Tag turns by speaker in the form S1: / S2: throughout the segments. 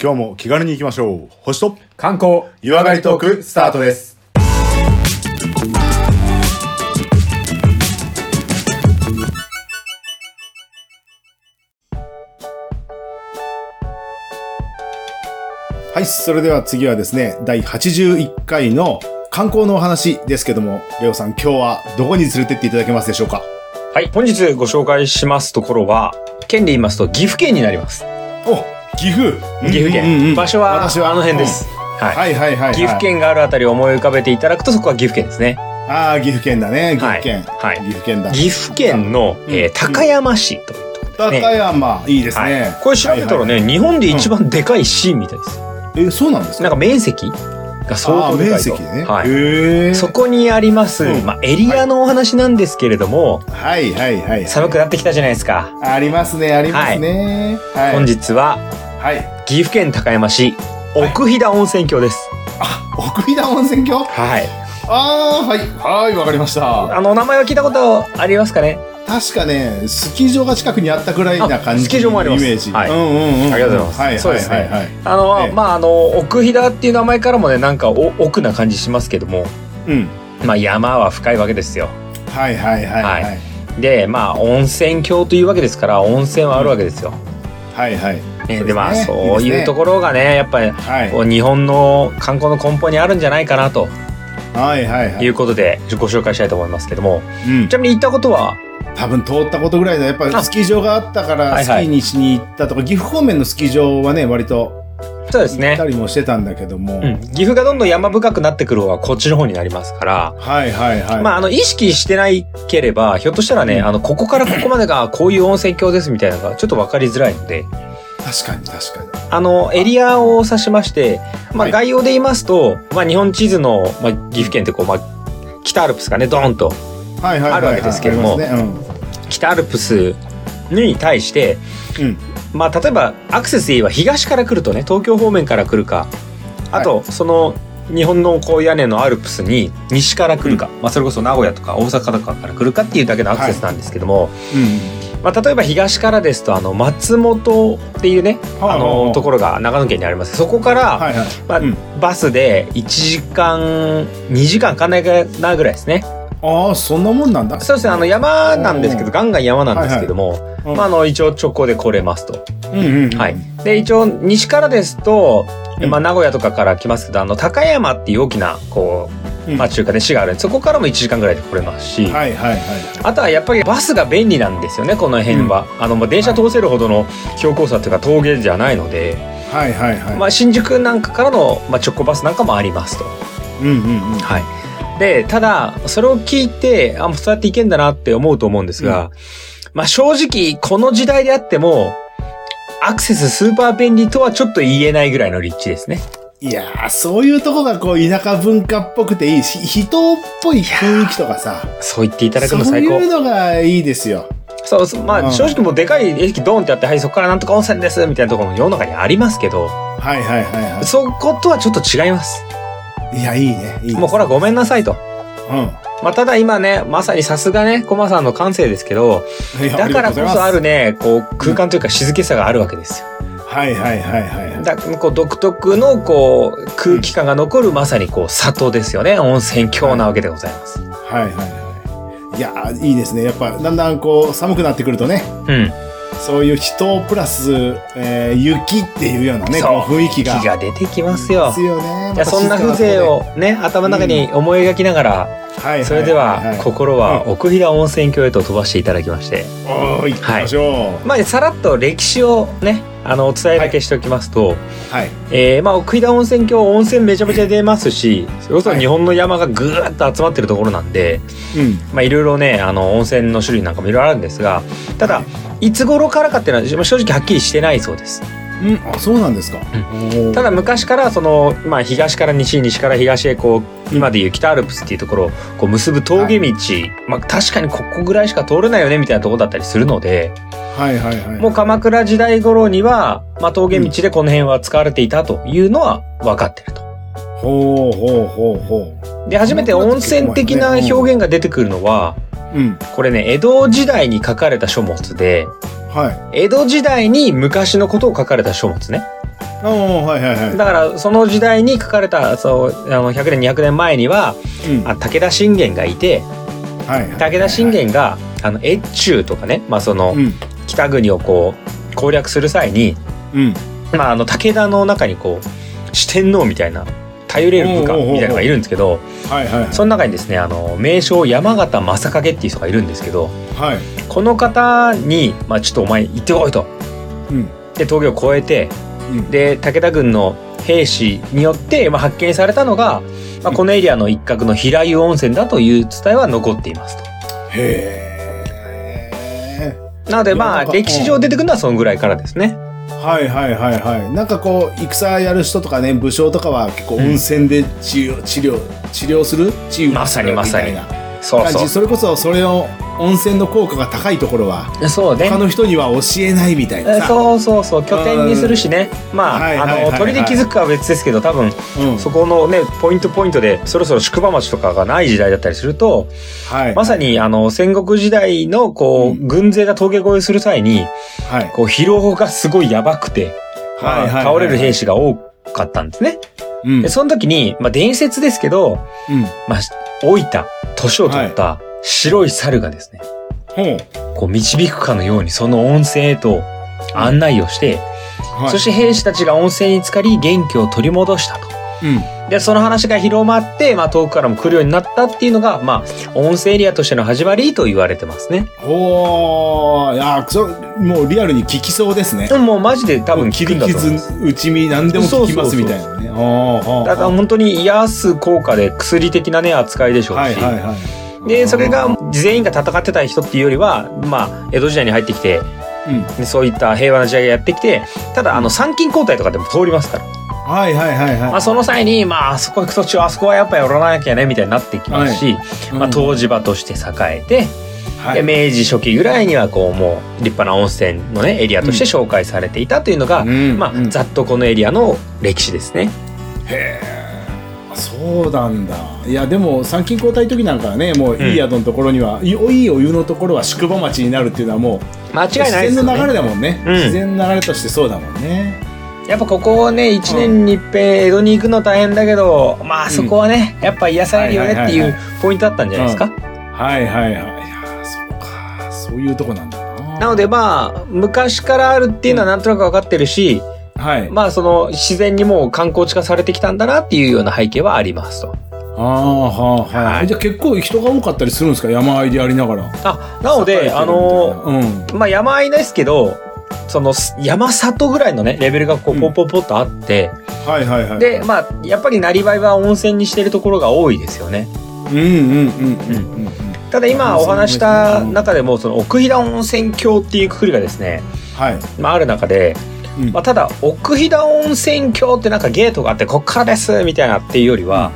S1: 今日も気軽に行きましょう。星と
S2: 観光
S1: 湯上がりトークスタートです。はい、それでは次はですね、第81回の観光のお話ですけども、レオさん、今日はどこに連れてっていただけますでしょうか
S2: はい本日ご紹介しますところは県で言いますと岐阜県になります
S1: お、岐阜
S2: 岐阜県、
S1: うんうんうん
S2: 場所は
S1: 私
S2: あの辺です、はい、
S1: はいはいはいはい。
S2: 岐阜県があるあたりを思い浮かべていただくとそこは岐阜県ですね
S1: ああ、岐阜県だね、岐阜県。
S2: はいは
S1: 岐
S2: い
S1: 阜県だ。
S2: 岐阜県の、
S1: うん
S2: えー高山市というところ
S1: 高
S2: ですね
S1: 山、いいですね。
S2: はい、これ調べたらね、日本で一番でかい市みたいです、
S1: え、そうなんですか
S2: なんか面積が相
S1: あ
S2: 当
S1: ー
S2: でか
S1: 面
S2: いと
S1: 積ね。
S2: はい、
S1: へえ。
S2: そこにあります、
S1: うん
S2: まあ、エリアのお話なんですけれども、
S1: はいはいはい。
S2: 寒くなってきたじゃないですか、
S1: ありますね、ありますね。はい。
S2: 本日は
S1: はい。
S2: 岐阜県高山市奥飛騨温泉郷です
S1: あ、奥飛騨温泉郷
S2: はい
S1: ああ、はい。はい、わかりました。
S2: あのお名前は聞いたことありますかね
S1: 確かね、スキー場が近くにあったくらいな感じ。
S2: あスキー場もあります
S1: イメージ。
S2: はい
S1: うんうんうん。
S2: ありがとうございます
S1: は
S2: そう
S1: いは
S2: で
S1: い
S2: すね
S1: はいはい。
S2: あの、
S1: ええ
S2: まああの奥飛騨っていう名前からもねなんかお奥な感じしますけども
S1: うん。
S2: まあ山は深いわけですよ
S1: はいはいはいはい。
S2: はでまあ温泉郷というわけですから温泉はあるわけですよ、
S1: はいはい。
S2: え
S1: そうですね
S2: でまあ
S1: いい
S2: そう
S1: です
S2: い
S1: ね
S2: うところがねやっぱり
S1: はい。
S2: こう日本の観光の根本にあるんじゃないかなと
S1: はいはいはいい。
S2: うことでご紹介したいと思いますけども
S1: うん
S2: ち。なみに行ったことは
S1: 多分通ったことぐらいだ。やっぱり
S2: あ
S1: スキー場があったか
S2: は
S1: ら
S2: い
S1: スキ
S2: はい
S1: ーにしに行ったとか、岐阜方面のスキー場はね、割と
S2: そうです
S1: 行っ
S2: ね
S1: たりもしてたんだけども。
S2: うん、岐阜がどんどん山深くなってくる方がこっちの方になりますから、
S1: はいはいはい。
S2: まあ、あの、意識してないければ、ひょっとしたらね、
S1: うん
S2: あの、ここからここまで がこういう温泉郷ですみたいなのがちょっとわかりづらいので、
S1: 確かに確かに。
S2: あの、エリアを指しまして、ま
S1: は
S2: あ、
S1: い
S2: 概要で言いますと、まあ、日本地図の、まあ、岐阜県ってこう、まあ、北アルプスがね、ドーンと、
S1: はいはいはいはい、
S2: あるわけですけども
S1: ありますね
S2: 北アルプスに対して、
S1: うんうん
S2: まあ、例えば、アクセスで言えば東から来るとね、東京方面から来るか、あと、その、日本のこう屋根のアルプスに西から来るか、まあ、それこそ名古屋とか大阪とかから来るかっていうだけのアクセスなんですけども、まあ、例えば東からですとあの松本っていうね
S1: うん。は
S2: あのところが長野県にありますそこから、
S1: はいはい。
S2: まあ
S1: うん
S2: バスで1時間2時間かかんないかなぐらいですね
S1: ああ、そんなもんなんだ。
S2: そうですねあの山なんですけ
S1: お
S2: ど
S1: ー
S2: ガンガン山なんですけども、
S1: うん
S2: まあ、あの一応直行で来れますと。
S1: うんうんうん。
S2: はい、で一応西からですと、
S1: うん
S2: まあ、名古屋とかから来ますけどあの高山っていう大きなこ
S1: う
S2: う、
S1: ん
S2: まあ、中華で市があるんでそこからも1時間ぐらいで来れますし。
S1: はいはいはい。
S2: あとはやっぱりバスが便利なんですよねこの辺は、あのまあ電車通せるほどの標高差というか峠じゃないので、
S1: はいはいはい。
S2: まあ、新宿なんかからの、まあ、直行バスなんかもありますと。
S1: うんうんうん。
S2: はい、でただそれを聞いてあそうやって行けんだなって思うと思うんですが、まあ、正直この時代であってもアクセススーパー便利とはちょっと言えないぐらいの立地ですね。
S1: いやー、そういうとこがこう、田舎文化っぽくていいし、人っぽい雰囲気とかさ、
S2: そう言っていただく
S1: そう
S2: の最高
S1: いうのがいいですよ。
S2: そうそうま
S1: うん
S2: あ正直もうでかい駅ドーンってあってはいそこからなんとか温泉ですみたいなところも世の中にありますけど、
S1: はいはいはいは
S2: そことはちょっと違います。
S1: い。いや、いいね。いいね
S2: もうこれはごめんなさいと。
S1: う
S2: まあ、ただ今ね、まさにさすがね、コマさんの感性ですけど、
S1: ん。いや
S2: だからこそ
S1: りがと
S2: あ。
S1: うござい
S2: るね、こう空間というか静けさがあるわけですよ。
S1: ますはいはいはいはいはい。
S2: だこう独特のこう空気感が残るまさにこう里ですよね。温泉郷なわけでございます。
S1: はいはいはい。いやー、いいですね。やっぱ、だんだんこう、寒くなってくるとね、
S2: うん。
S1: そういう人プラス、えー雪っていうようなね、
S2: そう
S1: こう雰囲気
S2: 木
S1: が。
S2: が出てきますよ
S1: です。よね。
S2: じゃあそんな風情をね、頭の中に思い描きながら、
S1: はいいいい。
S2: それでは心は奥飛騨温泉郷へと飛ばしていただきまして、
S1: おー、行きましょう。
S2: まあさらっと歴史をね、あのお伝えだけしておきますと、
S1: はい。
S2: えーまあ、奥飛騨温泉郷温泉めちゃめちゃ出ますしそれこそ日本の山がぐーっと集まってるところなんで
S1: うん。
S2: まあいろいろねあの温泉の種類なんかもいろいろあるんですがただいつ頃からかっていうのはまあ正直はっきりしてないそうです
S1: うん、あ、そうなんですか。おー
S2: ただ、昔からその、まあ、東から西西から東へこう今でいう北アルプスっていうところをこう結ぶ峠道、まあ、確かにここぐらいしか通れないよねみたいなところだったりするので
S1: はいはいはい。
S2: もう鎌倉時代頃には、まあ、峠道でこの辺は使われていたというのは分かってると。
S1: ほうほうほうほ
S2: で初めて温泉的な表現が出てくるのは
S1: う。うん。
S2: これね江戸時代に書かれた書物で
S1: はい。
S2: 江戸時代に昔のことを書かれた書物ね
S1: おーはいはいはい。
S2: だからその時代に書かれたそうあの100年200年前には
S1: うん
S2: あ武田信玄がいて
S1: はいはい
S2: 武田信玄があの越中とかね、まあ、その
S1: うん
S2: 北国をこう攻略する際に、
S1: うん
S2: まあ、あの武田の中にこう四天王みたいな頼れる部下みたいなのがいるんですけど
S1: はいはいはい
S2: その中にですねあの名将山形正景っていう人がいるんですけど
S1: はい
S2: この方に、まあ、ちょっとお前行ってこいと。
S1: うん
S2: で峠を越えて
S1: うん
S2: で武田軍の兵士によって、まあ、発見されたのが、まあ、このエリアの一角の平湯温泉だという伝えは残っていますと。
S1: へえ
S2: なのでま
S1: い
S2: あ
S1: やなんか
S2: 歴史上出てくるのはそのぐらいからですね。
S1: はいはいはいはいなんかこう戦やる人とかね武将とかは結構
S2: うん
S1: 温泉で治療、治療治療する治癒
S2: まさに
S1: み
S2: まさ
S1: た
S2: に
S1: いな感じ
S2: そうそ
S1: それこそそれを温泉の効果が高いところは
S2: う。そうね
S1: 他。の人には教えないみたいな
S2: え
S1: さ
S2: そうそうそう拠点にするしねま
S1: はい
S2: あ
S1: はいはい
S2: あ
S1: は
S2: の
S1: い
S2: 鳥で気づくかは別ですけど多分
S1: うん
S2: そこのねポイントポイントでそろそろ宿場町とかがない時代だったりすると
S1: はい
S2: まさにあの戦国時代のこ
S1: う
S2: う軍勢が峠越えする際に
S1: はい
S2: こう疲労がすごいやばくてまあ倒れる兵
S1: 士
S2: 士が多かったんですね。
S1: うん
S2: でその時にまあ伝説ですけど
S1: うん
S2: まあ老いた年を取った白い猿がですね
S1: ほう
S2: こう導くかのようにその温泉へと案内をして、
S1: はい
S2: そして兵士たちが温泉に浸かり元気を取り戻したと。
S1: うん
S2: で、その話が広まって、まあ遠くからも来るようになったっていうのが、まあ温泉エリアとしての始まりと言われてますね。
S1: ほういやそもうリアルに聞きそうですね
S2: でももうマジで多分聞くんだと思う。
S1: 傷打ち身何でも効きますみたいなね。
S2: だから
S1: は
S2: 本当に癒す効果で薬的なね扱いでしょうし、
S1: いはいはい。
S2: でそれが全員が戦ってた人っていうよりはまあ江戸時代に入ってきて
S1: うん
S2: でそういった平和な時代がやってきてただあの参勤交代とかでも通りますから
S1: はいはいはいはい。
S2: まあ、その際に、まあ、あそこ行く途中あそこはやっぱ寄らなきゃねみたいになってきますし、まあ、湯治場として栄えて、
S1: はい
S2: で明治初期ぐらいにはこうもう立派な温泉のねエリアとして紹介されていたというのが、
S1: うん
S2: まあ
S1: うん
S2: ざっとこのエリアの歴史ですね。
S1: へえ。そうなんだ。いやでも参勤交代時なんかはね、もういい宿のところには、いいいいお湯のところは宿場町になるっていうのはもう
S2: 間
S1: 自
S2: 違いないです
S1: 然
S2: よ
S1: の流れ
S2: ね。
S1: だもんね。
S2: うん
S1: 自然の流れとしてそうだもんね。
S2: やっぱここをね一年に一遍江戸に行くの大変だけど、まあそこはねやっぱ癒されるよねってい
S1: はいはいう
S2: ポイントだったんじゃないですか。
S1: はいはいはい。いやそうか。そういうとこなんだな。
S2: なのでまあ昔からあるっていうのはなんとなく分かってるし、
S1: はい。
S2: まあその自然にもう観光地化されてきたんだなっていうような背景はありますと。
S1: ああはあは。
S2: はいい
S1: じゃあ結構人が多かったりするんですか山あいでありながら。
S2: あなのであの
S1: うん。
S2: まあ山あいですけどそのす山里ぐらいのねレベルがこ
S1: う
S2: うんポンポンポンとあって、
S1: はいはいはい。
S2: でまあやっぱりなりわいは温泉にしてるところが多いですよね。
S1: うんうんうんうんうん。
S2: ただ
S1: 温
S2: 今お
S1: 泉
S2: 話した中でもその奥平温泉郷っていうくくりがですね、
S1: はい。
S2: まあ、ある中で、
S1: うん
S2: まあ、ただ奥飛騨温泉郷ってなんかゲートがあってこっからですみたいなっていうよりは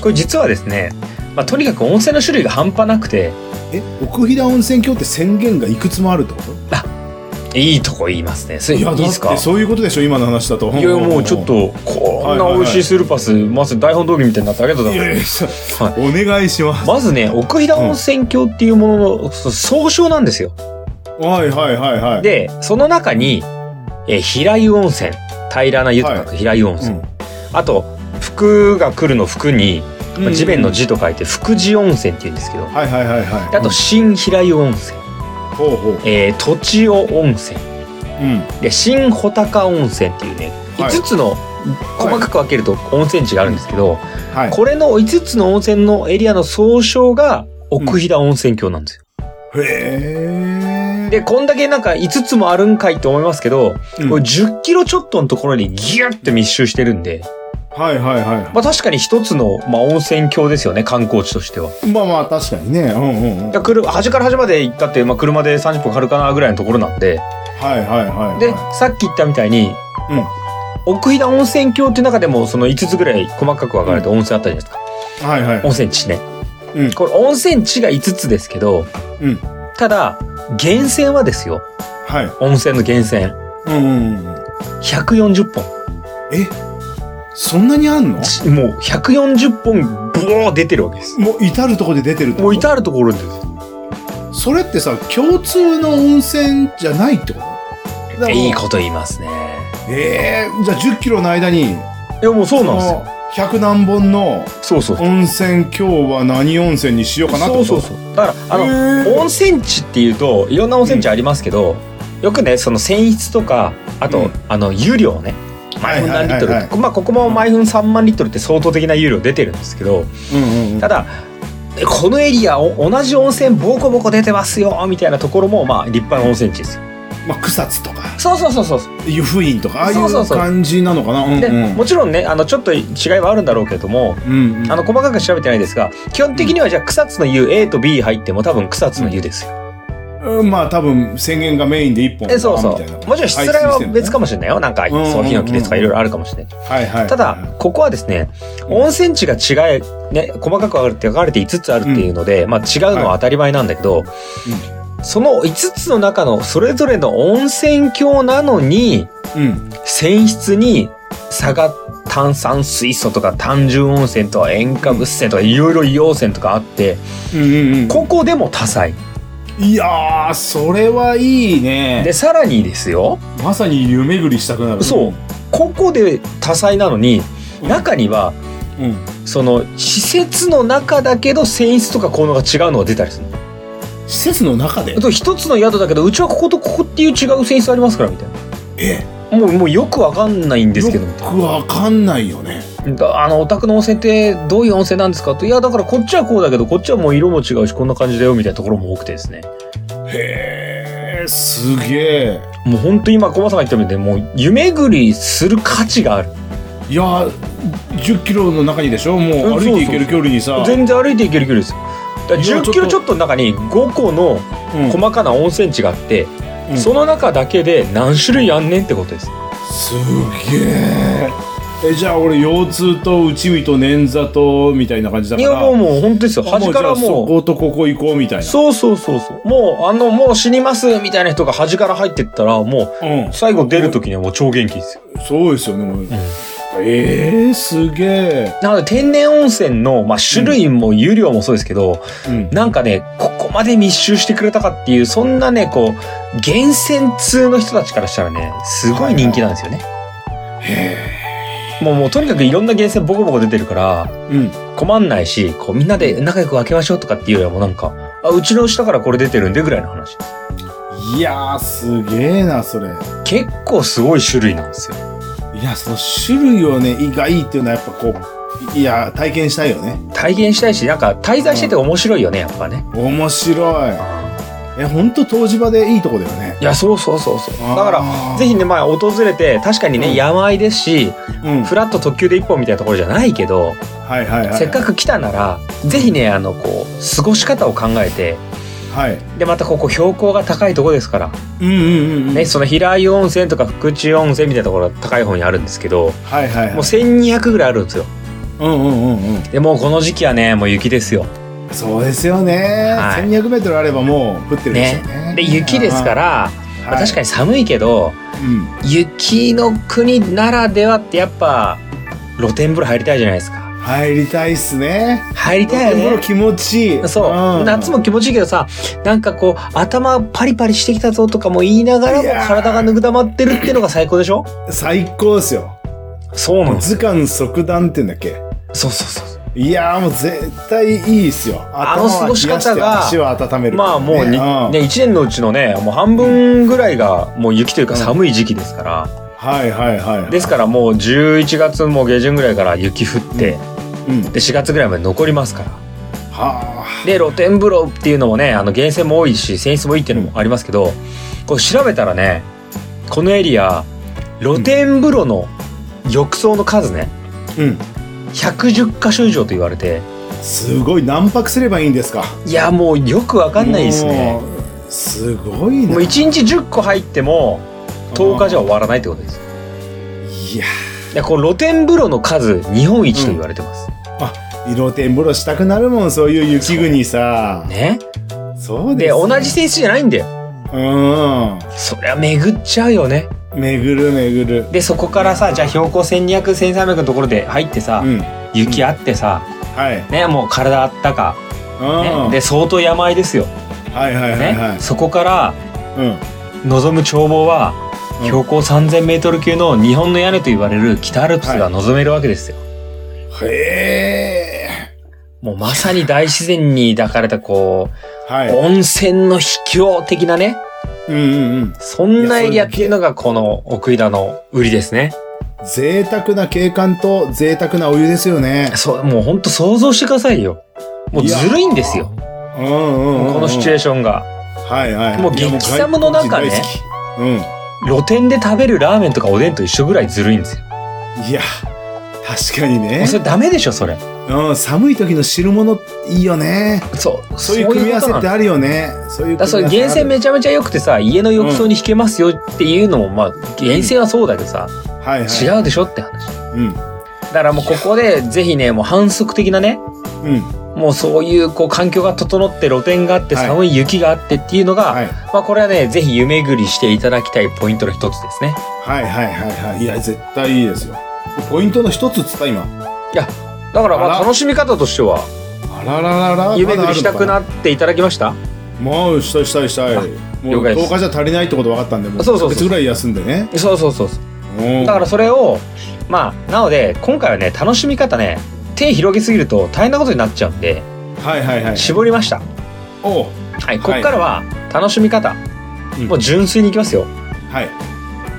S2: これ実はですね、まあ、とにかく温泉の種類が半端なくて
S1: え、奥飛騨温泉郷って宣言がいくつもあるってこと
S2: いいとこ言いますねそれいいです
S1: だ
S2: か
S1: ってそういうことでしょ今の話だと。
S2: いやもうちょっ。とこんな美味しいスルーパスまず台本通りみたいになってありがとうご
S1: い
S2: ざい
S1: やい
S2: ま
S1: や
S2: す。
S1: お願いします。
S2: まずね奥飛騨温泉郷っていうもののそ総称なんですよ。
S1: はいはいはいはい。、
S2: でその中に、えー平湯温泉平らな湯と書く平湯温泉、あと福が来るの福にまあ地面の。字と書いて福寺温泉って言うんですけど、
S1: はいはいはいはい。
S2: あと新平湯温泉、
S1: うん、ほうほう。
S2: えー、土地尾温泉
S1: うん。
S2: で新穂高温泉っていうね
S1: は
S2: 5
S1: い
S2: つの細かく分けると温泉地があるんですけど、
S1: はい。
S2: これの5つの温泉のエリアの総称が奥飛騨温泉郷なんですよ。
S1: へえ。
S2: で、こんだけなんか5つもあるんかいって思いますけど、
S1: うん
S2: これ10キロちょっとのところにギュッて密集してるんで、
S1: はいはいは
S2: まあ確かに1つの、まあ、温泉郷ですよね、観光地としては。
S1: い。まあまあ確かにね。うんうんうん。
S2: い
S1: は
S2: や
S1: い
S2: くる端から端まで行ったって、まあ、車で30分かかるかなぐらいのところなんで
S1: はいはい。
S2: でさっき言ったみたいに、
S1: うん
S2: 奥飛騨温泉郷っていう中でもその5つぐらい細かく分かれて温泉あったじゃないですか、
S1: はいはい。
S2: 温泉地ね、
S1: うん
S2: これ温泉地が5つですけど、
S1: うん
S2: ただ源泉はですよ
S1: はい。
S2: 温泉の源泉
S1: うんうんうん。
S2: 140本
S1: えそんなにあんの
S2: ちもう140本ボー出てるわけです
S1: もう至る所で出てるってこと
S2: もう至る所で出てる
S1: それってさ共通の温泉じゃないってことだから
S2: いいこと言いますね
S1: えー、じゃあ10キロの間に、
S2: いやもうそうなんです
S1: こ
S2: よ。
S1: の100何本の
S2: そうそうそう。
S1: 温泉、今日は何温泉にしようかなって
S2: そ
S1: こ
S2: うそ
S1: と
S2: うそう。だからあの、
S1: へー
S2: 温泉地っていうといろんな温泉地ありますけど、よくねその泉質とかあ
S1: う
S2: と、
S1: ん
S2: あの湯量ね
S1: は
S2: 毎
S1: い
S2: 分
S1: はい
S2: 何リ
S1: は
S2: ッ
S1: い
S2: トル、
S1: はい
S2: まあここも毎分3万リットルって相当的な湯量出てるんですけ
S1: う
S2: ど
S1: んうんうん
S2: ただえこのエリアお同じ温泉ボコボコ出てますよみたいなところもまあ立派な温泉地ですよ。
S1: まあ、草津とか
S2: そうそうそうそうそう。
S1: 湯布院とかああい
S2: そうそう
S1: う
S2: そう
S1: 感じなのかなうんう
S2: で、
S1: ん
S2: もちろんねあのちょっと違いはあるんだろうけれども、
S1: うんうん
S2: あの細かく調べてないですが基本的にはじゃあ草津の湯 A と B 入っても多分草津の湯ですよ。
S1: うんまあ多分宣言がメインで一本
S2: えそうそう
S1: みたいな。
S2: もちろん失礼は別かもしれないよ。なんか
S1: うんうんうんうん
S2: そのヒノキですとかいろいろあるかもしれない。
S1: はいはいはい
S2: ただここはですね温泉地が違いね細かく分かれて分かれて5つあるっていうので、まあ違うのは当たり前なんだけど、その5つの中のそれぞれの温泉郷なのに
S1: うん
S2: 泉質に差が炭酸水素とか単純温泉とか塩化物泉とかいろいろ硫黄泉とかあって
S1: うんうん
S2: ここでも多彩
S1: うんいやーそれはいいね
S2: でさらにですよ
S1: まさに湯巡りしたくなる
S2: そうここで多彩なのに中には
S1: うん、
S2: その施設の中だけど泉質とか効能が違うのが出たりする
S1: 施設の中で
S2: あと一つの宿だけどうちはこことここっていう違う泉質ありますからみたい
S1: え
S2: なもうもうよくわかんないんですけどみ
S1: よ
S2: たいな
S1: くわかんないよね
S2: だあのお宅の温泉ってどういう温泉なんですかといやだからこっちはこうだけどこっちはもう色も違うしこんな感じだよみたいなところも多くてですね
S1: へえすげえ
S2: もうほんと今小馬さんが言ったみたいにもう夢巡りする価値がある
S1: いやー10キロの中にでしょもう歩いていける距離にさ
S2: 全然歩いていける距離ですよだから
S1: いや
S2: 10キロち
S1: ちょ
S2: ょっとの中に5個の
S1: うん
S2: 細かな温泉地があって、
S1: うん
S2: その中だけで何種類あんねんってことです
S1: すげええじゃあ俺腰痛と内身と捻挫とみたいな感じだ
S2: い
S1: から
S2: やもうもう本当ですよ端から
S1: じゃあそ
S2: もう
S1: ことここ行こうみたいな
S2: そうそうそうそうもうあのもう死にますみたいな人が端から入ってったらもう
S1: うん
S2: 最後出る時にはもう超元気ですよ
S1: そうですよね、もうええー、すげえ、
S2: なので天然温泉の、まあ、種類も湯量もそうですけど、
S1: うん、
S2: なんかね、ここまで密集してくれたかっていう、そんなね、こう、源泉通の人たちからしたらね、すごい人気なんですよね。もう、もうとにかくいろんな源泉ボコボコ出てるから、
S1: うん
S2: 困んないし、こうみんなで仲良く分けましょうとかっていうよりはもうなんか、あ、うちの下からこれ出てるんでぐらいの話。
S1: いやーすげえなそれい
S2: 結構すごい種類なんですよ。
S1: やその種類をね意外っていうのはやっぱこういや体験したいよね
S2: 体現したいし、なんか滞在してて面白いよね、やっぱね。
S1: 面白いえほんと湯治場でいいとこだよね
S2: いや、そうそうそうそう。だか
S1: あ
S2: ら、
S1: ー
S2: ぜひね、まあ、訪れて、確かにね、
S1: うん
S2: 山あいですし、
S1: うん
S2: フラット特急で一本みたいなところじゃないけど、
S1: はいはいはい
S2: せっかく来たなら、ぜひね、あの、こう、過ごし方を考えて、
S1: はい
S2: で、またここ標高が高いところですから、
S1: うんうんうんうん
S2: ね、その平湯温泉とか福地温泉みたいなところが高い方にあるんですけど、
S1: はいはいはい
S2: もう1200ぐらいあるんですよ。
S1: うんうんうんうん
S2: で、もうこの時期はね、もう雪ですよ。
S1: そうですよね、
S2: はい
S1: 1200m あればもう降ってるでしょうね、
S2: で、雪ですからら、まあ確かに寒いけど、
S1: に、うん、
S2: 雪の国ならではってやっぱ露天風呂入りたいじゃないですか
S1: 入りたいっすね
S2: 入りたい
S1: 風
S2: よ
S1: 呂
S2: ね
S1: 気持ちいい
S2: そう、
S1: ん
S2: 夏も気持ちいいけどさなんかこう頭パリパリしてきたぞとかも言いながら
S1: い
S2: も
S1: やー
S2: 体がぬくだまってるっていうのが最高でしょ
S1: 最高ですよ
S2: そう
S1: もう
S2: す
S1: 図鑑即断って言うんだっけ
S2: そうそうそう
S1: いやーもう絶対いいっすよ
S2: あの過ごし方が
S1: 頭は冷やして足は温める
S2: まあもうに、ね
S1: ん
S2: 1年のうちのねもう半分ぐらいがもう雪というか寒い時期ですから、
S1: はいはいはい
S2: ですからもう11月も下旬ぐらいから雪降って、
S1: うん
S2: で4月ぐらいまで残りますから
S1: はあ
S2: で露天風呂っていうのもねあの源泉も多いし泉質もいいっていうのもありますけど、こう調べたらねこのエリア露天風呂の浴槽の数ね
S1: うん
S2: 110箇所以上と言われて
S1: すごい何泊すればいいんですか
S2: いやもうよくわかんないですね
S1: もうすごい
S2: も
S1: な
S2: う1日10個入っても10日じゃ終わらないってことです
S1: いや
S2: でこの露天風呂の数日本一と言われてます、
S1: 色天風呂したくなるもんそういう雪国さ
S2: ね
S1: そう
S2: で
S1: ですよ
S2: 同じ泉質じゃないんだよ
S1: うん
S2: そりゃ巡っちゃうよね
S1: 巡る巡る
S2: でそこからさじゃあ標高12001300のところで入ってさ、
S1: うん
S2: 雪あってさ、
S1: はい
S2: ね、もう体あったか、ね、
S1: う
S2: で相当山あいですよ、
S1: んはいはいはい
S2: ね
S1: はい
S2: そこから
S1: うん
S2: 望む眺望は
S1: うん
S2: 標高3000メートル級の日本の屋根と言われる北アルプスが望めるわけですよ。
S1: へ
S2: もうまさに大自然に抱かれたこ
S1: ー。は
S2: う、
S1: い。
S2: 温泉の秘境的なね、
S1: うんうんうん。
S2: そんなエリアっていうのがこの奥井田の売りですね。
S1: 贅沢な景観と贅沢なお湯ですよね。
S2: そう、もうほんと想像してくださいよ。もうずるいんですよ。
S1: うんうん、うん。
S2: このシチュエーションが。
S1: ョン。はいはい。
S2: もう激寒の中
S1: いや。も
S2: ね
S1: う外国人大好
S2: 露店で食べるラーメンとかおでんと一緒ぐらいずるいんですよ。
S1: きうん。いや、確かに
S2: も
S1: ね
S2: う。それダメでしょ、それ。
S1: うん、寒い時の汁物いいよね。
S2: そう。
S1: そういう組み合わせってあるよね。そういう
S2: だからそ
S1: 組み合
S2: れ
S1: わせある
S2: 源泉めちゃめちゃ良くてさ家の浴槽に引けますよっていうのもまあ源泉はそうだけどさ、
S1: はいはい。
S2: 違うでしょって話だ
S1: うん。
S2: からもうここでぜひねもう反則的なね
S1: うん。
S2: もうそういうこう環境が整って露天があって
S1: はい
S2: 寒い雪があってっていうのが、
S1: はい。
S2: まあこれはねぜひ湯巡りしていただきたいポイントの一つですね
S1: はいはいはいはい。いや、絶対いいですよ。ポイントの一つっつった今。
S2: だからま
S1: あ
S2: あ
S1: ら
S2: 楽しみ方としては
S1: あらららら。
S2: 湯巡りしたく
S1: まだあ
S2: なっていただきました
S1: るのかな。もうしたいしたいしたい。も
S2: 了
S1: う
S2: 解です
S1: 10日じゃ足りないってこと分かったんで、も
S2: そうそうそう
S1: 1ヶ月ぐらい休んでね。
S2: そうそうそうそう
S1: うん
S2: だからそれをまあなので今回はね楽しみ方ね手広げすぎると大変なことになっちゃうんで
S1: はいはいはい。
S2: 絞りました
S1: おう
S2: はい、ここからは楽しみ方、
S1: うん
S2: もう純粋にいきますよ
S1: はい。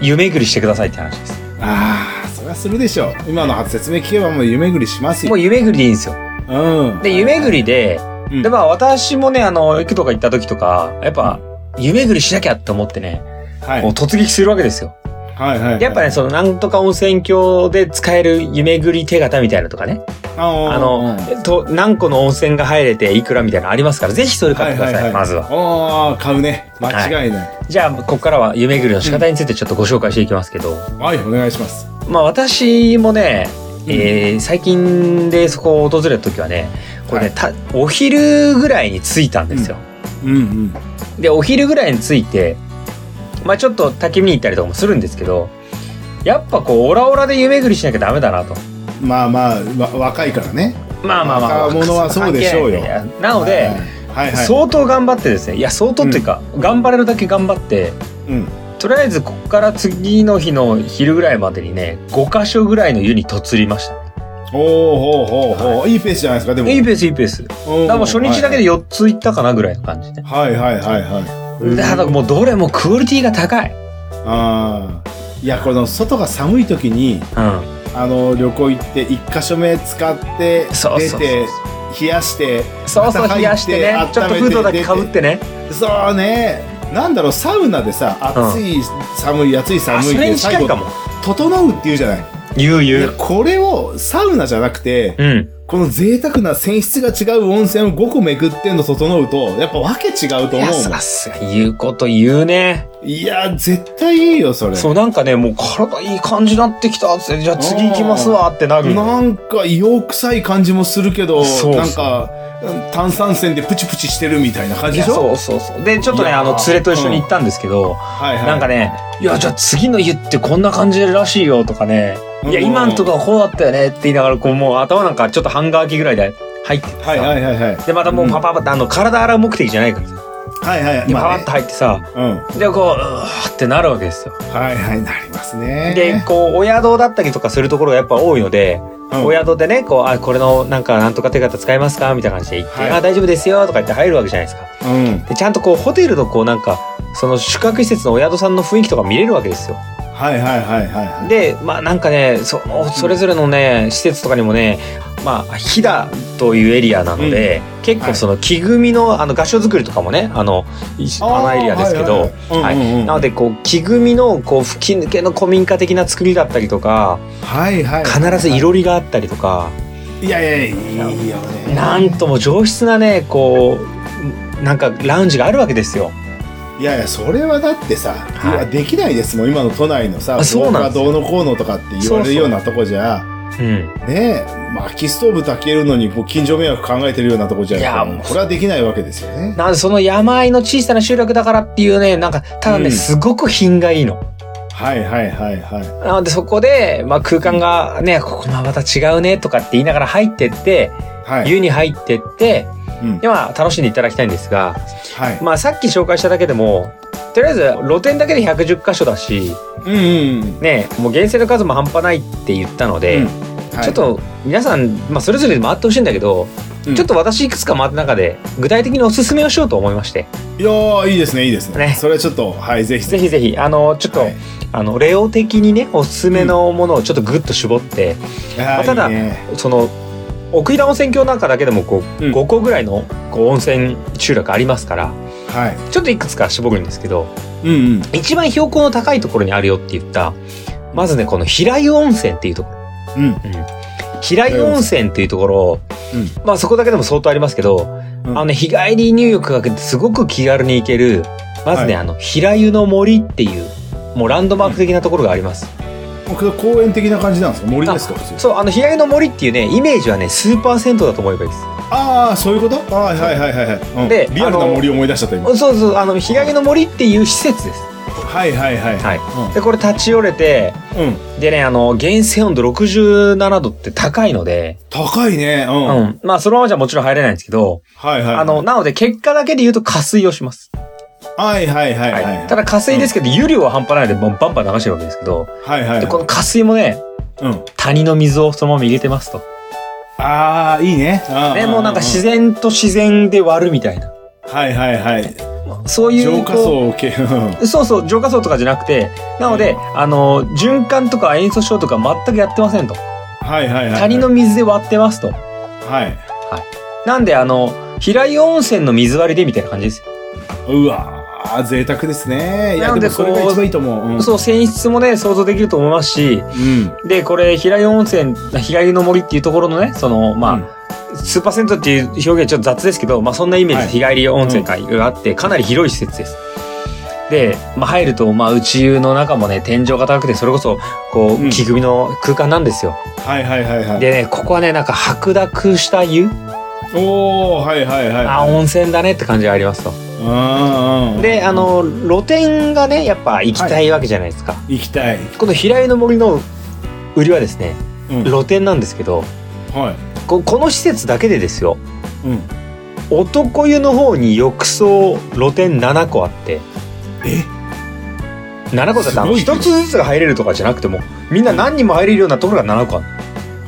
S2: 湯巡りしてくださいって話です
S1: ああ、そりゃするでしょう。今の説明聞けばもう夢ぐりします
S2: も
S1: よ。
S2: う湯巡りでいいんですよ
S1: うん。
S2: で湯巡りで、
S1: うん
S2: でまあ私もねあの行くとか行った時とかやっぱ湯巡りしなきゃって思ってね、
S1: はい。
S2: こう突撃するわけですよ
S1: はいはいはい。
S2: でやっぱね、そのなんとか温泉郷で使える湯巡り手形みたいなのとかねあ
S1: あ
S2: の、えっと何個の温泉が入れていくらみたいなのありますからぜひそれ買ってください、まずは
S1: は。おー買うね。間違いない。
S2: じゃあここからは湯巡りの仕方についてちょっとご紹介していきますけど、
S1: はい、お願いします。
S2: まあ私もね、えー最近でそこを訪れた時はねこれね、たお昼ぐらいに着いたんですよ、
S1: うんうん。
S2: でお昼ぐらいに着いてまあちょっと焚き見に行ったりとかもするんですけどやっぱこうオラオラで湯巡りしなきゃダメだなと
S1: まあまあ、わ若いからね。
S2: まあまあまあ
S1: 若者はそうでしょうよ
S2: 関係ないんだなので、
S1: はいはい。
S2: 相当頑張ってですねいや相当っていうか、頑張れるだけ頑張って
S1: うん。
S2: とりあえずここから次の日の昼ぐらいまでにね5箇所ぐらいの湯にとつりました
S1: おーほうほうほう。いいペースじゃないですか、でも。
S2: いいペースいいペース
S1: うん
S2: だからもう初日だけで4つ行ったかなぐらいの感じね。
S1: はいはいはいはい。
S2: だからもうどれもクオリティが高い。
S1: あーいや、この外が寒い時に、
S2: うん。
S1: あの、旅行行って、一箇所目使って、
S2: そう
S1: 出
S2: そうそう
S1: て、冷やして、
S2: そうそう冷やしてね
S1: 温め。て
S2: ちょっとフードだけかぶってね。
S1: そうね。なんだろう、サウナでさ、暑い、寒い、暑い、寒
S2: あ、そ
S1: い
S2: れ
S1: で
S2: に近
S1: 最
S2: いか
S1: 後、
S2: も。
S1: 整うっていうじゃない。
S2: 言う
S1: いや
S2: 言う。
S1: これをサウナじゃなくて、
S2: うん。
S1: この贅沢な泉質が違う温泉を5個巡ってんの整うと、やっぱわけ違うと思う
S2: いや、
S1: も
S2: さすが言うこと言うね。
S1: ん。いや、絶対いいよ、それ。
S2: そう、なんかね、もう体いい感じになってきたっつって。じゃあ次行きますわってなる。
S1: なんか、硫黄臭い感じもするけど、
S2: そうそう
S1: なんか、うん炭酸泉でプチプチしてるみたいな感
S2: い
S1: じで
S2: や
S1: しょ
S2: そうそうそう。で、ちょっと
S1: い
S2: ね、
S1: やー
S2: あの、連れと一緒に行ったんですけど、
S1: はいはい。
S2: なんかね、いや、じゃあ次の湯ってこんな感じらしいよとかね、いや、
S1: うん
S2: 今んとこはこうだったよねって言いながら、こう、もう頭なんかちょっと半乾きぐらいで入っててさ
S1: はいはいはいはい。
S2: でまたもうパパパってあの体洗う目的じゃないからさ
S1: はいはい。
S2: でパパ
S1: ね
S2: ッと入ってさ
S1: うん。
S2: でこううわーってなるわけですよ
S1: はいはい、なりますね。
S2: でこうお宿だったりとかするところがやっぱ多いので
S1: うん
S2: お宿でねこうあこれのなんかなんとか手形使えますかみたいな感じで行って
S1: はい
S2: あ大丈夫ですよとか言って入るわけじゃないですか
S1: うん。
S2: でちゃんとこうホテルのこうなんかその宿泊施設のお宿さんの雰囲気とか見れるわけですよ
S1: はいはいはいはいはい。
S2: でまあなんかねそのそれぞれのね施設とかにもねまあ飛騨というエリアなので、結構その木組みのあの合掌造りとかもねあのいあのエリアですけど。
S1: は
S2: はい
S1: いはいはいうんうんうん
S2: なのでこう木組みのこう吹き抜けの古民家的な作りだったりとか
S1: はいはい。
S2: 必ず囲。炉裏があったりとか
S1: いやいやいや、いいよね。
S2: なんとも上質なねこうなんかラウンジがあるわけですよ。
S1: いやいや、それはだってさ、
S2: はい
S1: いやできないですもん、今の都内のさ、
S2: あそうなんですよ
S1: どうのこうのとかって言われるようなとこじゃ、
S2: うん、
S1: ねえ、薪ストーブ炊けるのに、こう近所迷惑考えてるようなとこじゃ、
S2: いやもう
S1: これはできないわけですよね。
S2: なのでその山あいの小さな集落だからっていうねなんかただね、
S1: うん
S2: すごく品がいいの。
S1: はいはいはいはい。
S2: なのでそこで、まあ、空間がね、ここまあまた違うねとかって言いながら入ってって、
S1: はい。
S2: 湯に入ってって、
S1: うん。
S2: 今楽しんでいただきたいんですが、
S1: はい。
S2: まあ、さっき紹介しただけでもとりあえず露店だけで110箇所だし、
S1: うんうん
S2: ね、もう厳選の数も半端ないって言ったので、
S1: うんはい。
S2: ちょっと皆さん、まあ、それぞれ回ってほしいんだけど、
S1: うん
S2: ちょっと私いくつか回った中で具体的におすすめをしようと思いまして
S1: いやーいいですねいいですね
S2: ね
S1: それはちょっとはいぜひ
S2: ぜひぜひあのちょっと、
S1: はい
S2: あのレオ的にねおすすめのものをちょっとグッと絞って、
S1: あー
S2: ただ
S1: いいね
S2: その奥井田温泉郷なんかだけでもこう、
S1: うん
S2: 5個ぐらいのこう温泉集落ありますから
S1: はい
S2: ちょっといくつか絞るんですけど
S1: うんうん
S2: 一番標高の高いところにあるよって言ったまずねこの平湯温泉っていうところ
S1: うん
S2: 平湯温泉っていうところ、
S1: うん
S2: まあそこだけでも相当ありますけど、
S1: うん
S2: あのね日帰り入浴がすごく気軽に行けるまずね、
S1: は
S2: あの平湯の森っていうもうランドマーク的なところがあります、
S1: 僕は公園的な感じなんですか森ですか普通に
S2: そうあの平湯の森っていうねイメージはねスーパー銭湯だと思えばいいです
S1: ああそういうことあーはいはいはいはい、うん、
S2: で
S1: リアルな森を思い出しちゃった今
S2: そうそうあの日帰りの森っていう施設です
S1: はいはいはい
S2: はいでこれ立ち寄れて
S1: うん、うん、
S2: でねあの源泉温度67度って高いので、
S1: 高いねうん、
S2: う
S1: はい
S2: ん、まあそのままじゃもちろん入れないんですけど、
S1: はい
S2: あのなので結果だけで言うと加水をします、
S1: はいはいはいはい
S2: はいただ加水ですけど、湯量は半端ないのでもうバンバン流してるわけですけど、
S1: はいはい
S2: でこの加水もね
S1: うん
S2: 谷の水をそのまま入れてますと。
S1: ああいいね
S2: ね、
S1: ね
S2: もうなんか自然と自然で割るみたいな。
S1: はいはいはい
S2: そういう。
S1: 浄化
S2: こ
S1: 層系うん
S2: う。そうそう、浄化層とかじゃなくて、なので、あの、循環とか塩素症とか全くやってませんと。
S1: はいはいはい
S2: 谷の水で割ってますと。
S1: はい
S2: なんで、あの、平湯温泉の水割りでみたいな感じですよ。
S1: うわー贅沢ですねいや
S2: なの
S1: で
S2: で
S1: もそれが
S2: こう
S1: 一番いいと思う、うん、
S2: そう、泉質もね、想像できると思いますし、
S1: うん
S2: で、これ、平湯温泉、平湯の森っていうところのね、その、まあ、スーパー銭湯っていう表現はちょっと雑ですけど、まあ、そんなイメージ、
S1: はい
S2: 日帰り温泉会があって、かなり広い施設です。で、まあ、入ると、まあ、内湯の中もね、天井が高くて、それこそ、こ
S1: うん
S2: う、木組みの空間なんですよ。
S1: うん、はいはいはいはい
S2: でね、ここはね、なんか白濁した湯、
S1: おおはいはいはい
S2: あ、温泉だねって感じがありますと。
S1: うんうん
S2: で、あの、露天がね、やっぱ行きたいわけじゃないですか。
S1: 行きたい、
S2: この平湯の森の売りはですね、
S1: うん、
S2: 露天なんですけど、
S1: はい
S2: ここの施設だけでですよ、
S1: うん
S2: 男湯の方に浴槽露天7個あって、
S1: え
S2: 7個だった
S1: すごい
S2: 一つずつが入れるとかじゃなくてもみんな何人も入れるようなところが7個ある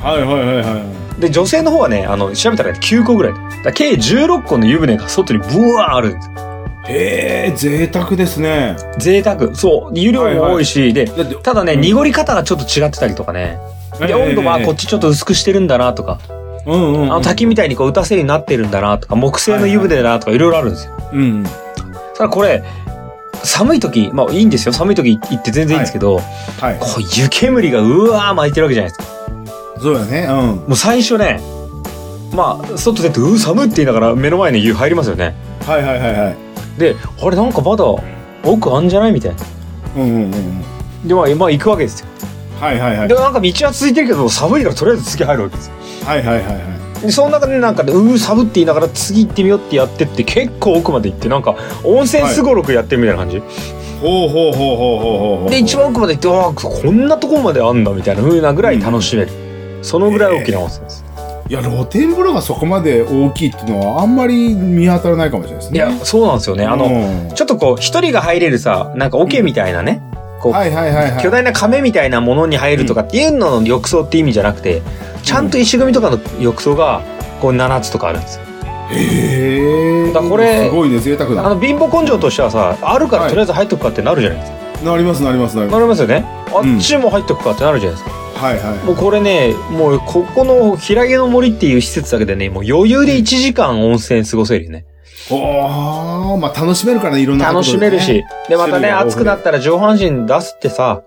S1: はいはいはいは
S2: で女性の方はねあの調べたら9個ぐらいだから計16個の湯船が外にブワーあるんですよ
S1: いへえ贅沢ですね
S2: 贅沢そう湯量も多いし、で
S1: だって
S2: ただね、
S1: うん
S2: 濁り方がちょっと違ってたりとかねで
S1: えー
S2: 温度はこっちちょっと薄くしてるんだなとか、
S1: うんうんうん
S2: あの滝みたいにこう打たせになってるんだなとか木製の湯船だなとかいろいろあるんですよ、
S1: うん
S2: ただこれ寒い時まあいいんですよ寒い時行って全然いいんですけど、
S1: はい
S2: こう湯煙がうわー巻いてるわけじゃないですか
S1: そうだねうん
S2: もう最初ねまあ外出て「うー寒い」って言いながら目の前に湯入りますよね
S1: はいはいはいはい
S2: であれなんかまだ奥あんじゃないみたいな
S1: うんうんうん
S2: でまあ、まあ行くわけですよ
S1: はいはいはい
S2: でなんか道は続いてるけど寒いからとりあえず次入るわけですよ
S1: はいはいはいは
S2: でその中でなんかで「うー寒って言いながら次行ってみよう」ってやってって結構奥まで行ってなんか温泉すごろくやってるみたいな感じ、
S1: いほうほうほうほうほうほうほう
S2: で一番奥まで行って「わあこんなとこまであんだ」みたいな風なぐらい楽しめる、そのぐらい大きな温泉です、
S1: いや露天風呂がそこまで大きいっていうのはあんまり見当たらないかもしれないですね
S2: いやそうなんですよねあの、
S1: うん
S2: ちょっとこう一人が入れるさなんか桶みたいなね、こう
S1: はいはいはいはい
S2: 巨大な亀みたいなものに入るとかっていうのの浴槽って意味じゃなくてちゃんと石組みとかの浴槽がこう7つとかあるんですよ
S1: へえ
S2: だからこれ
S1: すごいね贅沢
S2: あ
S1: だ
S2: の貧乏根性としてはさあるか
S1: は
S2: ら
S1: い
S2: とりあえず入っとくかってなるじゃないですか、
S1: なりますなりますなります
S2: なりますよね
S1: うん
S2: あっちも入っとくかってなるじゃないですか、
S1: はいはい
S2: もうこれねもうここの平湯の森っていう施設だけでねもう余裕で1時間温泉過ごせるよね
S1: おーまあ楽しめるからねいろんなこと
S2: 楽
S1: で
S2: し
S1: ね
S2: めるし、でま
S1: 種
S2: た
S1: 類
S2: ね
S1: が豊富で
S2: 暑くなったら上半身出すってさ、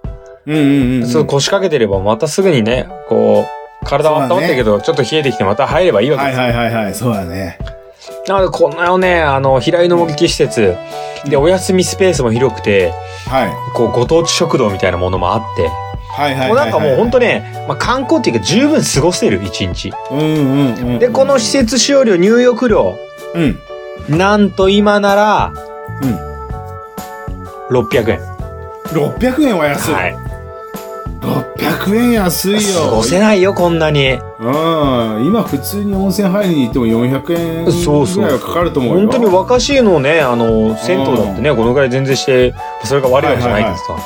S1: うんうんうんうん
S2: そう腰掛けてればまたすぐにねこう体は温まってるけど、ちょっと冷えてきてまた入ればいいわけですよ
S1: はいはいはいはいそうだね
S2: なので、このね、あの、平井の森施設、で、お休みスペースも広くて、
S1: はい
S2: こう、ご当地食堂みたいなものもあって、
S1: はいはいはいはい
S2: もうなんかもう本当ね、まあ、観光っていうか十分過ごせる一日。
S1: うんうんうんうん
S2: で、この施設使用料、入浴料、
S1: うん
S2: なんと今なら、
S1: うん
S2: 600円。
S1: 600円は安い、
S2: はい。
S1: 600円安いよ。
S2: 過ごせないよこんなに
S1: うん。今普通に温泉入りに行っても400円
S2: そうそう
S1: ぐらいはかかると思うよ。
S2: 本当に若しいのねあの銭湯だってねこのぐらい全然してそれが悪いわけじゃないんですか、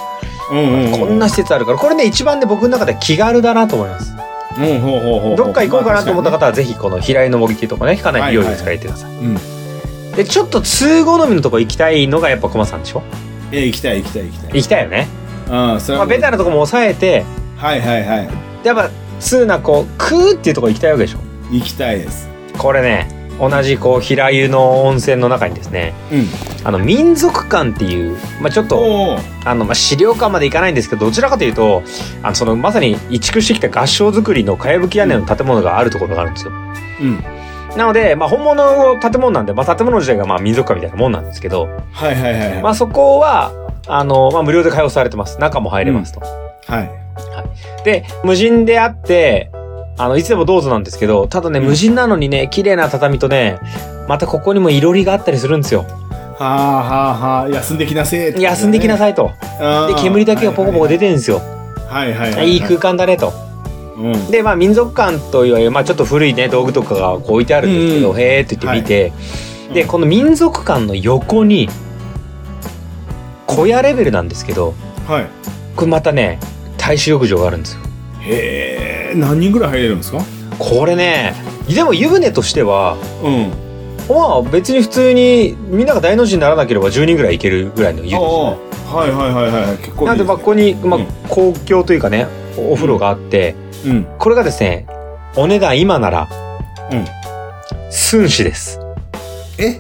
S1: うんうんうん、
S2: こんな施設あるからこれね一番で僕の中で気軽だなと思います
S1: うん、ほうほうほう
S2: どっか行こうかなと思った
S1: まあ
S2: 方はぜひこの平井の森っていうとこねかなり美容室使いってください、
S1: 確かにね
S2: でちょっと通好みのとこ行きたいのがやっぱ駒さんでしょ
S1: うん。え、行きたい行きたい行きたい。
S2: 行きたいよね、
S1: うん、それは
S2: まあ、ベタなとこも抑えて
S1: はいはいはい。
S2: やっぱ通なこうクーっていうとこ行きたいわけでしょ
S1: 行きたいです。
S2: これね同じこう平湯の温泉の中にですね
S1: うん。
S2: あの民族館っていう、まあ、ちょっと
S1: おうおう
S2: あの、まあ、資料館まで行かないんですけどどちらかというとあのそのまさに移築してきた合掌造りのかやぶき屋根の建物があるところがあるんですよ。
S1: うん。
S2: なので、まあ、本物の建物なんで、まあ、建物自体がまあ民族館みたいなもんなんですけど、
S1: はいはいはい。
S2: まあ、そこはあの、まあ、無料で開放されてます中も入れますと。
S1: はい。
S2: で無人であってあのいつでもどうぞなんですけどただね
S1: うん
S2: 無人なのにね綺麗な畳とねまたここにもいろりがあったりするんですよ。
S1: はあはあはあ、休んできなせえってことだね、
S2: 休んできなさいと。
S1: うん
S2: で煙だけがポコポコ出てるんですよ。
S1: はいはいはい。
S2: いい空間だねと。
S1: うん。うん。
S2: でまあ民族館といわゆる、まあ、ちょっと古いね道具とかがこう置いてあるんですけど、
S1: うん
S2: へえって言って見て、
S1: い
S2: で
S1: うん
S2: この民族館の横に小屋レベルなんですけど
S1: はい。
S2: これまたね大衆浴場があるんですよ
S1: へえ、何人ぐらい入れるんですか
S2: これねでも湯船としては
S1: うん。
S2: まあ別に普通にみんなが大の字にならなければ10人ぐらいいけるぐらいの湯です
S1: あ
S2: ね
S1: あはいはいはいはい。結構いい
S2: なんでまあここに、まあ
S1: うん、
S2: 公共というかねおお風呂があって、
S1: すね
S2: これがですねお値段今なら、
S1: うん
S2: 寸志です
S1: うん。え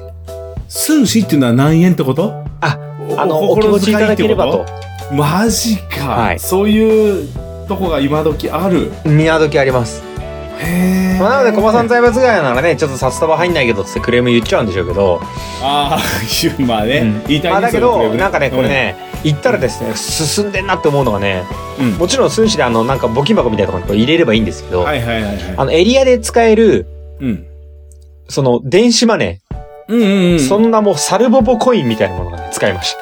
S1: 寸志っていうのは何円ってこと
S2: あ、
S1: お
S2: あのお気持ちいただければ。
S1: 心遣い
S2: と
S1: ってことマジか、
S2: はい
S1: そういうとこが今時ある。
S2: 宮時あります、
S1: へえ。
S2: まあ、なので駒さん
S1: あ
S2: 財閥街ならねちょっと札束入んないけどっつってクレーム言っちゃうんでしょうけど、
S1: あー、 まあね、
S2: うん
S1: 言いたい
S2: まあ、だ
S1: そ
S2: け
S1: れ
S2: ど
S1: ね
S2: なんかねこれ。ね、行ったらですね進んでんなって思うのがね
S1: うんうん
S2: もちろん寸志であのなんか募金箱みたいなところにこう入れればいいんですけど、
S1: はいはいはいはい。
S2: あのエリアで使える
S1: うん。
S2: その電子マネ
S1: うんうんう
S2: ー、
S1: ん。
S2: そんなもうサルボボコインみたいなものが、ね、使いました。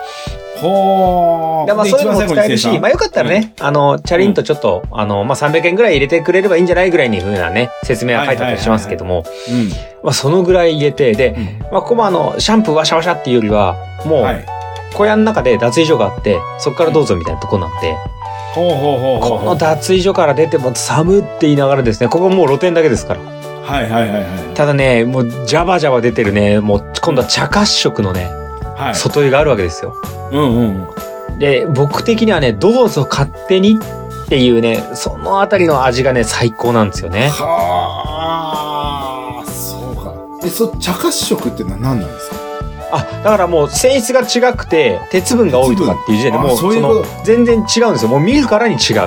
S1: ほー。
S2: でまあ
S1: で
S2: そういうのも
S1: 一番最後に
S2: 使えるし、
S1: 生
S2: まあよかったらね、あの、チャリンとちょっと、あの、まあ300円ぐらい入れてくれればいいんじゃないぐらいにいうふうなね、説明は書いてあったりしますけども、まあそのぐらい入れて、で、
S1: 産
S2: まあここもあの、シャンプーワシャワシャっていうよりは、
S1: う
S2: も
S1: ん。は
S2: う
S1: い。
S2: 小屋の中で脱衣所があって、そこからどうぞみたいなとこなんで、
S1: ほうほうほうほう。
S2: この脱衣所から出ても寒って言いながらですね、ここもう露店だけですから。
S1: はいはいはいは
S2: ただね、もうジャバジャバ出てるね、もう今度は茶褐色のね、
S1: い。はい。
S2: 外湯があるわけですよ。
S1: うんうん。
S2: で僕的にはねどうぞ勝手にっていうねそのあたりの味がね最高なんですよね
S1: はあ、そうか。え、そ、茶褐色ってのは何なんですか
S2: あだからもう性質が違くて鉄分が多いとかっていう時点
S1: 鉄
S2: で
S1: 分
S2: もう
S1: あそう
S2: そ
S1: いうこと
S2: の全然違うんですよもう見るからに違う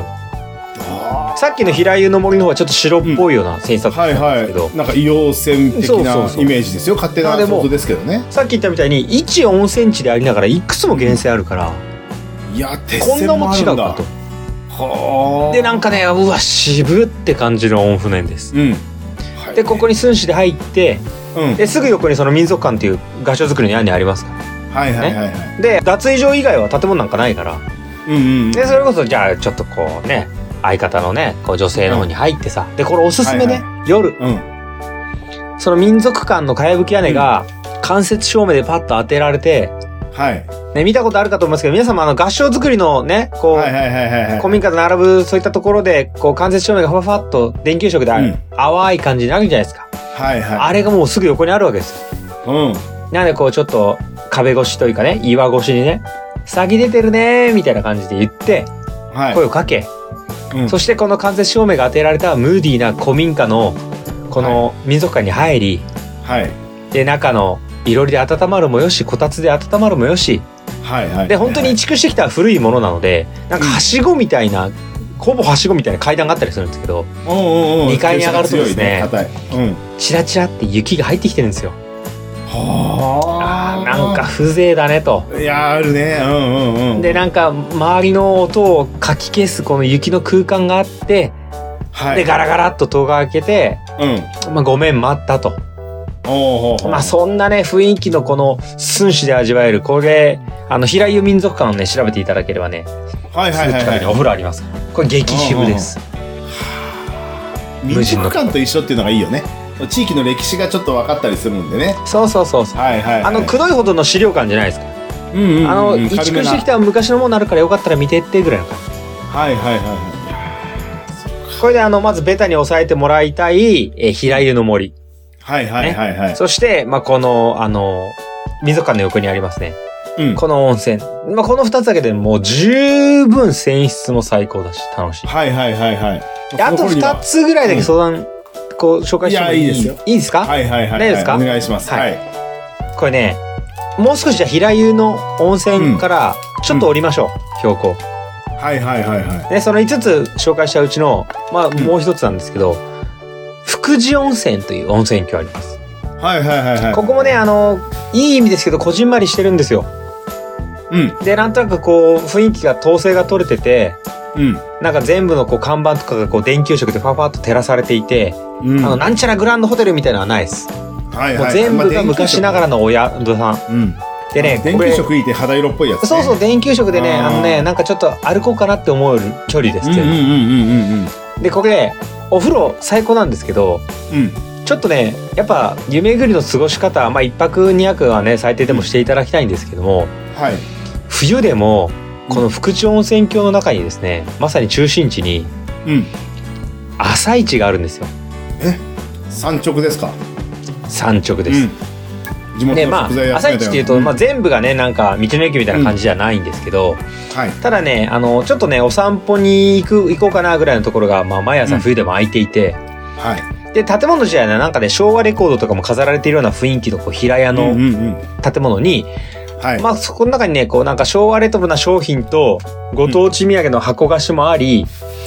S1: あ
S2: さっきの平湯の森の方はちょっと白っぽいような性質だ
S1: ー
S2: った
S1: はい
S2: んですけど、
S1: はい。なんか硫黄泉的
S2: そうそう
S1: な
S2: そう
S1: イメージですよ。勝手な
S2: あでも
S1: 想像ですけどね。
S2: さっき言ったみたいに一温泉地でありながらいくつも源泉あるから、
S1: いや、鉄
S2: こん
S1: 線
S2: なも
S1: も
S2: ん
S1: あ
S2: 違
S1: る
S2: うんか
S1: だ
S2: と。
S1: はあ。
S2: でなんかねうわ渋って感じの温船です
S1: うん。はい
S2: でここに寸志で入って
S1: うん。
S2: ですぐ横にその民族館っていう合掌造りの屋根ありますから
S1: はいはいはいはい。
S2: で脱衣所以外は建物なんかないから
S1: うんうん。
S2: でそれこそじゃあちょっとこうね相方のねこう女性の方に入ってさでこれおすすめね、
S1: はい
S2: 夜
S1: うん。
S2: その民族館のかやぶき屋根が間接照明でパッと当てられて、
S1: はい。
S2: ね、見たことあるかと思いますけど皆様あの合掌造りのねこう、
S1: はいはいはいはいはい。
S2: 古民家と並ぶそういったところでこう間接照明がファファッと電球色である、
S1: うん
S2: 淡い感じになるじゃないですか、
S1: はいは
S2: あれがもうすぐ横にあるわけですよ
S1: い。うん。
S2: なのでこうちょっと壁越しというかね岩越しにね「先出てるね」みたいな感じで言って
S1: はい。
S2: 声をかけ、
S1: うん
S2: そしてこの間接照明が当てられたムーディーな古民家のこの民族館に入り、
S1: はい。
S2: で中のいろりで温まるもよしこたつで温まるもよし
S1: はいはい。
S2: で本当に移築してきた古いものなのでなんかはしごみたいな、ほぼはしごみたいな階段があったりするんですけど
S1: うんうんうん。
S2: 二階に上がるとですね
S1: 強い硬い。うん。
S2: チラチラって雪が入ってきてるんですよ。
S1: は
S2: あーなんか。風情だねと。
S1: いやーあるね。うんうんうん。
S2: でなんか周りの音をかき消すこの雪の空間があって
S1: はい。
S2: でガラガラっと戸が開けて
S1: うん。
S2: まあ、ごめん待ったと。
S1: おうおうおう
S2: まあそんなね雰囲気のこの寸志で味わえるこれあの平湯民族館をね調べていただければね
S1: はい
S2: す
S1: はい
S2: ぐ
S1: はい、
S2: 近くにお
S1: はい
S2: 風呂ありますからこれ激渋です
S1: 民族館と一緒っていうのがいいよね地域の歴史がちょっと分かったりするんでね
S2: そうそうそうそう
S1: はいはい、はい、
S2: あのくどいほどの資料館じゃないですか
S1: うんうんうん
S2: あの
S1: 軽め
S2: 移
S1: な
S2: 築してきた昔のものあるからよかったら見てってぐらいの感じ
S1: はいはいはいは
S2: これであのまずベタに押さえてもらいたい、えー平湯の森
S1: いはいはいはいはい
S2: そして、まあ、この、あの、水族館の横にありますね。
S1: うん
S2: この温泉。まあ、この二つだけでもう十分泉質も最高だし、楽しい。
S1: はいはいはいはい
S2: であと二つぐらいだけ相談、こう、紹介してもいい
S1: いやいいですよ
S2: いいですか、
S1: はいはいはいは
S2: 大丈夫
S1: い
S2: ですか
S1: お願いします
S2: は
S1: はいい
S2: これね、もう少しじゃあ平湯の温泉から、ちょっと降りましょう、標高。
S1: はいはいはいはい
S2: で、その五つ紹介したうちの、まあ、もう一つなんですけど、福寺温泉という温泉郷あります。
S1: はいはいはいはい
S2: ここもね、あの、いい意味ですけど、こじんまりしてるんですよ。
S1: うん
S2: でなんとなくこう雰囲気が統制が取れてて
S1: うん
S2: なんか全部のこう看板とかがこう電球色でパパッと照らされていて、
S1: うん
S2: あのなんちゃらグランドホテルみたいなのはないです、
S1: はい
S2: も
S1: は
S2: う
S1: い
S2: 全部が昔ながらのお宿さん
S1: らうん
S2: でね
S1: 電
S2: これ
S1: 球色いいて肌色っぽいやつね
S2: そうそう電球色でね
S1: あー
S2: あのねなんかちょっと歩こうかなって思う距離です
S1: うんうん
S2: 全部
S1: うんうんうんうん
S2: でこれお風呂最高なんですけど
S1: うん
S2: ちょっとねやっぱ湯巡りの過ごし方まあ1泊2泊はね最低でもしていただきたいんですけども
S1: はい
S2: 冬でもこの福地温泉郷の中にですねまさに中心地に
S1: うん
S2: 朝市があるんですよ
S1: 産直ですか
S2: 産直です、
S1: うん地元
S2: で
S1: の
S2: ま
S1: 食材
S2: あ
S1: を
S2: 朝
S1: 集めた
S2: 市っ
S1: よ
S2: ていうと、まあ、全部がねなんか道の駅みたいな感じじゃないんですけど、
S1: はい
S2: ただねあのちょっとねお散歩に行く行こうかなぐらいのところが、まあ、毎朝冬でも空いていて、
S1: はい
S2: で建物自体はなんかね昭和レコードとかも飾られているような雰囲気のこう平屋
S1: うん
S2: の
S1: うんうん
S2: 建物に、
S1: はい
S2: まあそこの中にねこうなんか昭和レトロな商品とご当地土産の箱菓子もあり、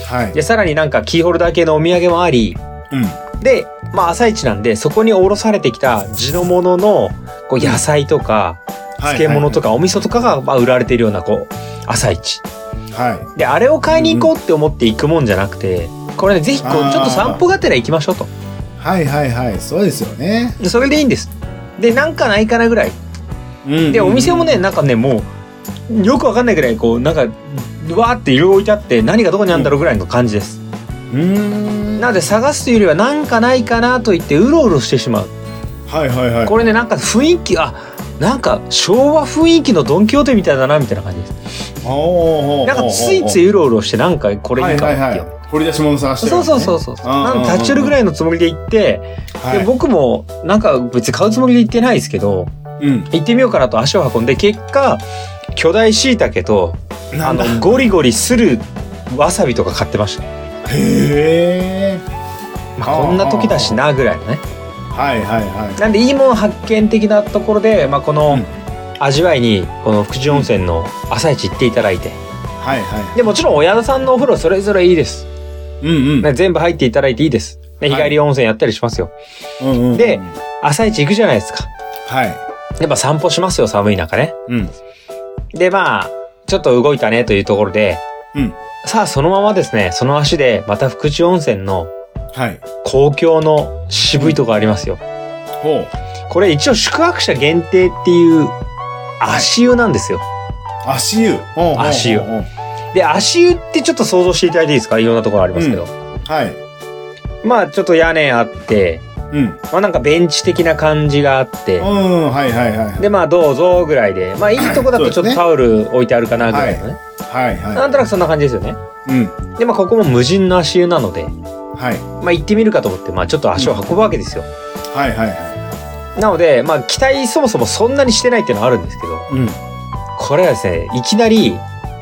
S1: はい
S2: でさらになんかキーホルダー系のお土産もあり、
S1: うん
S2: で、まあ、朝市なんでそこにおろされてきた地のもののこう野菜とか漬物と
S1: か
S2: かお味噌とかがまあ売られているようなこう朝市
S1: は
S2: であれを買いに行こうって思って行くもんじゃなくてこれねぜひこう
S1: あー
S2: ちょっと散歩がてら行きましょうと
S1: いはいはいはいそうですよね
S2: でそれでいいんですでなんかないかなぐらいでお店もねなんかねもうよくわかんないぐらいこうなんかわーって色々置いてあって何がどこにあるんだろうぐらいの感じです
S1: うん
S2: なので探すというよりはなんかないかなと言ってうろうろしてしまう
S1: はいはいはい
S2: これねなんか雰囲気あなんか昭和雰囲気のドン・キホーテみたいだなみたいな感じです
S1: おーおーおーおー
S2: なんかついついうろうろしてなんかこれいいかもっていう、
S1: はいはいはい、掘り出し物探してる
S2: そうそうそううそう
S1: うんうんうん
S2: なんか立ち寄るぐらいのつもりで行って、
S1: はい
S2: で僕もなんか別に買うつもりで行ってないですけど
S1: うん
S2: 行ってみようかなと足を運んで結果巨大しいたけとあ
S1: なんだ
S2: のゴリゴリするわさびとか買ってました、
S1: へえ
S2: まあ、こんな時だしなぐらいのね
S1: はいはいは
S2: なんでいいもん発見的なところで、まあ、こ
S1: う
S2: の
S1: ん
S2: 味わいにこの福地温泉の朝市行っていただいて
S1: いはいは
S2: でもちろん親田さんのお風呂それぞれいいです、
S1: いうんうん
S2: ね、全部入っていただいていいです、ね、日
S1: はい
S2: 帰り温泉やったりしますよ、
S1: うんうんうん
S2: で朝一行くじゃないですか
S1: はい
S2: やっぱ散歩しますよ寒い中ね
S1: うん
S2: でまあちょっと動いたねというところで、
S1: うん
S2: さあそのままですねその足でまた福地温泉の
S1: はい
S2: 公共の渋いとこありますよ
S1: ほう
S2: これ一応宿泊者限定っていう足湯なんですよ、
S1: 足湯ほうほうほうほう
S2: 足湯
S1: は
S2: で足湯ってちょっと想像していただいていいですかいろんなところありますけど、
S1: い
S2: まあちょっと屋根あって
S1: うん
S2: まあなんかベンチ的な感じがあって、
S1: うんはいはいはい
S2: でまあどうぞぐらいでまあいいとこだとちょ
S1: そう
S2: っ
S1: ですね
S2: とタオル置いてあるかなぐらいのね、
S1: はい
S2: な
S1: は
S2: んとなくそんな感じですよね
S1: いうん
S2: でまあここも無人の足湯なので
S1: はい
S2: まあ行ってみるかと思ってまあちょっと足を運ぶわけですよ、
S1: はいはいは
S2: なのでまあ期待そもそもそんなにしてないっていうのはあるんですけど
S1: いうん
S2: これはですねいきなり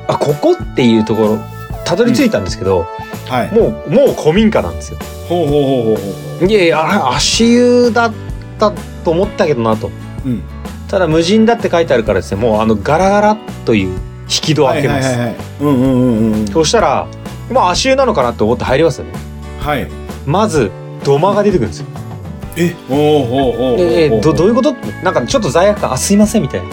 S2: あここっていうところたどり着いたんですけど、
S1: はい
S2: もうもう古民家なんですよ
S1: ほうほうほうほうほ
S2: いやいやあ足湯だったと思ったけどなと
S1: ううん
S2: ただ無人だって書いてあるからですねもうあのガラガラという引き戸を
S1: は
S2: 開
S1: い
S2: け
S1: は
S2: ま
S1: い
S2: す、
S1: はいはいうんうんうんうん
S2: そしたらまあ足湯なのかなと思って入りますよね
S1: はい
S2: まず土間が出てくるんですよ、
S1: えほうほうほうほうほう
S2: でどどういうことなんかちょっと罪悪感あすいませんみたいな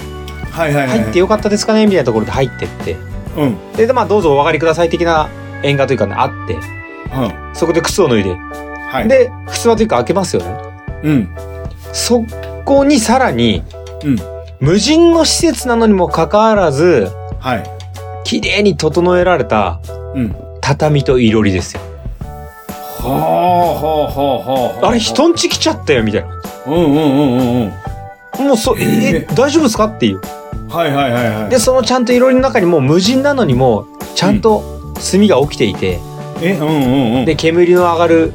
S1: はいはいはい
S2: 入ってよかったですかねみたいなところで入ってって
S1: うんうん
S2: ででまあどうぞお上がりください的な縁側というかねあってそこで靴を脱いで
S1: はい
S2: で、靴場というか開けますよね。
S1: うん
S2: そこにさらに、
S1: うん
S2: 無人の施設なのにもかかわらず、
S1: はい。
S2: 綺麗に整えられた
S1: うん。
S2: 畳といろりですよ。
S1: はあはあはあはあ。
S2: あれ、人んち来ちゃったよ、みたいな。
S1: うんうんうんうんうん。
S2: もうそ、え、大丈夫ですかっていう。
S1: はいはいはいはい。
S2: で、そのちゃんといろりの中にもう無人なのにも、ちゃんと炭が起きていて、
S1: え、うんうんうん。
S2: で、煙の上がる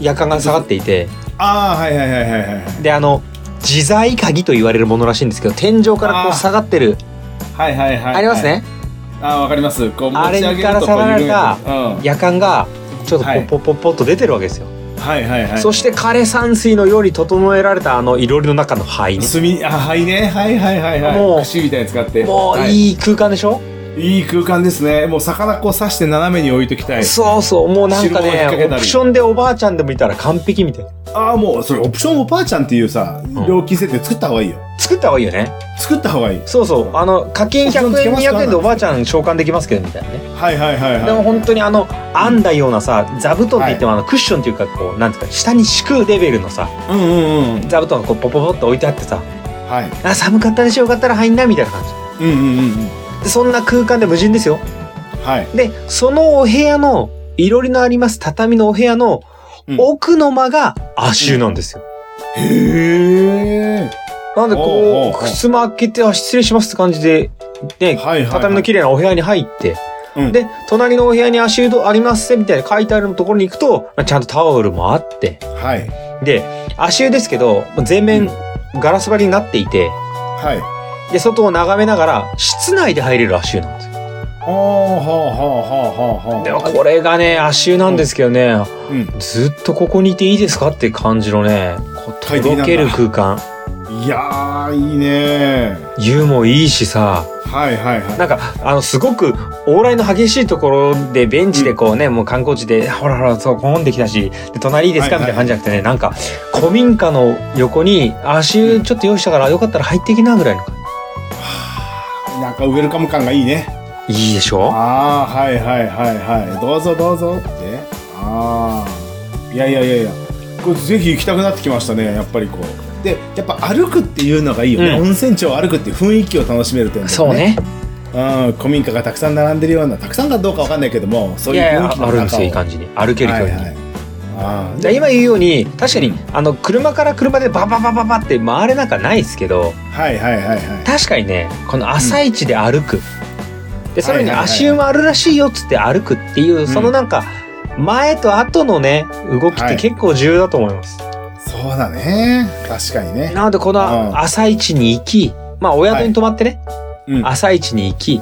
S2: 夜間が下がっていて、
S1: ああ、はいはいはいはいはい。
S2: で、あの、自在鍵と言われるものらしいんですけど、天井からこ
S1: あー
S2: う下がってる、
S1: はいはいはい。
S2: ありますね。。
S1: ああ、わかります。こう持
S2: あれ
S1: ち上げるとこう
S2: から下がるか
S1: 緩やかに
S2: 夜間がちょっとポ
S1: は
S2: ッ
S1: い
S2: ポッポッポッと出てるわけですよ、
S1: うん。はいはいはい。
S2: そして枯山水のように整えられたあのいろりの中の灰ね
S1: 炭、あ、はいね。はいはいはいはい。
S2: もう
S1: 櫛みたいに使って。
S2: もう
S1: い。
S2: いい空間でしょ、
S1: いい空間ですね。もう魚こう刺して斜めに置いときたい。
S2: そうそうもうなんか
S1: 汁物引っ掛
S2: ね
S1: け
S2: オ
S1: たり
S2: プションでおばあちゃんでもいたら完璧みたいな
S1: ああ、もう、それオプションおばあちゃんっていうさ、
S2: ん
S1: 料金設定作った方がいいよ。
S2: 作った方がいいよね
S1: 作った方がいい。
S2: そうそうあの課金
S1: オプション
S2: 100
S1: つけ
S2: 円
S1: ますか
S2: 200円でおばあちゃん召喚できますけどみたいなね
S1: はいはいはいはい。
S2: でも本当にあの編んだようなさ座布団って言ってもあのクッションっていうかこうなんていうか下に敷くレベルのさ
S1: うんうんうん。
S2: 座布団がこうポポポッと置いてあってさ
S1: はい。
S2: あ寒かったでしょよかったら入んなみたいな感じ
S1: うんうんうんうん。
S2: でそんな空間で無人ですよ
S1: はい。
S2: で、そのお部屋の、いろりのあります畳のお部屋の
S1: うん
S2: 奥の間が足湯なんですよ。
S1: へえ。
S2: なんで
S1: おうおうお
S2: こ
S1: う
S2: う、靴間開けて、あ、失礼しますって感じで、ね、
S1: はいはいはい
S2: 畳の綺麗なお部屋に入って、
S1: うん
S2: で、隣のお部屋に足湯ありますせみたいな書いてあるところに行くと、まあちゃんとタオルもあって、
S1: はい。
S2: で、足湯ですけど、全面ガラス張りになっていて、
S1: はい。
S2: で、外を眺めながら、室内で入れる足湯なんですよ。
S1: はあはあはあはあはあ。
S2: でもこれがね、足湯なんですけどね、
S1: うん。
S2: ずっとここにいていいですかって感じのね、
S1: 快適なん
S2: とろ
S1: だ
S2: ける空間。
S1: いやー、いいねー。
S2: 湯もいいしさ、
S1: はいはいはい。
S2: なんか、あの、すごく、往来の激しいところで、ベンチでこうね、もう観光地で、ほらほら、そう、混んできたし、で、隣いいですかみ
S1: は
S2: た
S1: い
S2: いな
S1: はい
S2: 感じじゃなくてね、なんか、古民家の横に、足湯ちょっと用意したから、よかったら入ってきな、ぐらいの感
S1: なんかウェルカム感がいいね。
S2: じ。いいでしょ
S1: ああ、はいはいはいはい。どうぞどうぞって。ああ。いやいやいやいや。これぜひ行きたくなってきましたね、やっぱりこう。で、やっぱ歩くっていうのがいいよね。
S2: うん
S1: 温泉地を歩くっていう雰囲気を楽しめるというのが
S2: そう。ね。
S1: うん、古民家がたくさん並んでるような、たくさんかどうかわかんないけども、そう
S2: い
S1: いう
S2: やい
S1: 雰
S2: や、
S1: 囲気の中を。
S2: 歩くといい感じに。歩ける距離に。
S1: はいはい。あ
S2: で今言うように、確か
S1: う
S2: に
S1: ん、
S2: あの、車から車でバババババって回れなんかないですけど、
S1: あ。はいはいはいはい。
S2: 確かにねこの朝一で歩く、でそれに
S1: はいはいはい
S2: 足湯もあるらしいよっつって歩くっていう、
S1: ん
S2: そのなんか前と後のね動きっ
S1: は
S2: て
S1: い
S2: 結構重要だと思います、
S1: そうだね。確かにね。
S2: なのでこ
S1: うん
S2: の朝一に行きまあお宿に泊まってね、
S1: うん。はい。
S2: 朝一に行き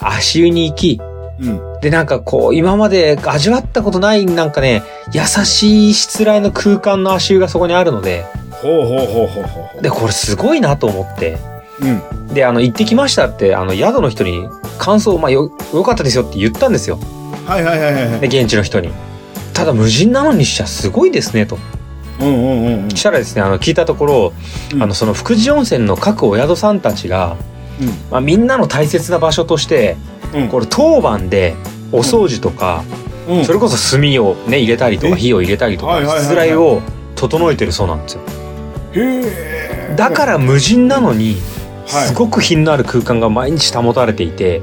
S2: 足湯に行き
S1: うん。
S2: でなんかこう今まで味わったことないなんかね優しいしつらいの空間の足湯がそこにあるので
S1: ほうほうほうほうほうほう。
S2: でこれすごいなと思って
S1: うん。
S2: であの行ってきましたってあの宿の人に感想、まあ、よよかったですよって言ったんですよ
S1: はいはいはいはいは
S2: で
S1: い。
S2: 現地の人に。ただ無人なのにしちゃすごいですねと。
S1: うんうんうんうん。
S2: したらですね、あの聞いたところ、
S1: うん
S2: あのその福寺温泉の各お宿さんたちが、
S1: うん
S2: まあ、みんなの大切な場所として、
S1: うん
S2: これ当番でお掃除とか、
S1: うん
S2: それこそ炭をね入れたりとか
S1: え
S2: 火を入れたりと
S1: は
S2: か、
S1: いはいはいはい
S2: しつらいを整えてるそうなんですよ。
S1: へえ
S2: だから無人なのに。
S1: はい
S2: すごく品のある空間が毎日保たれていて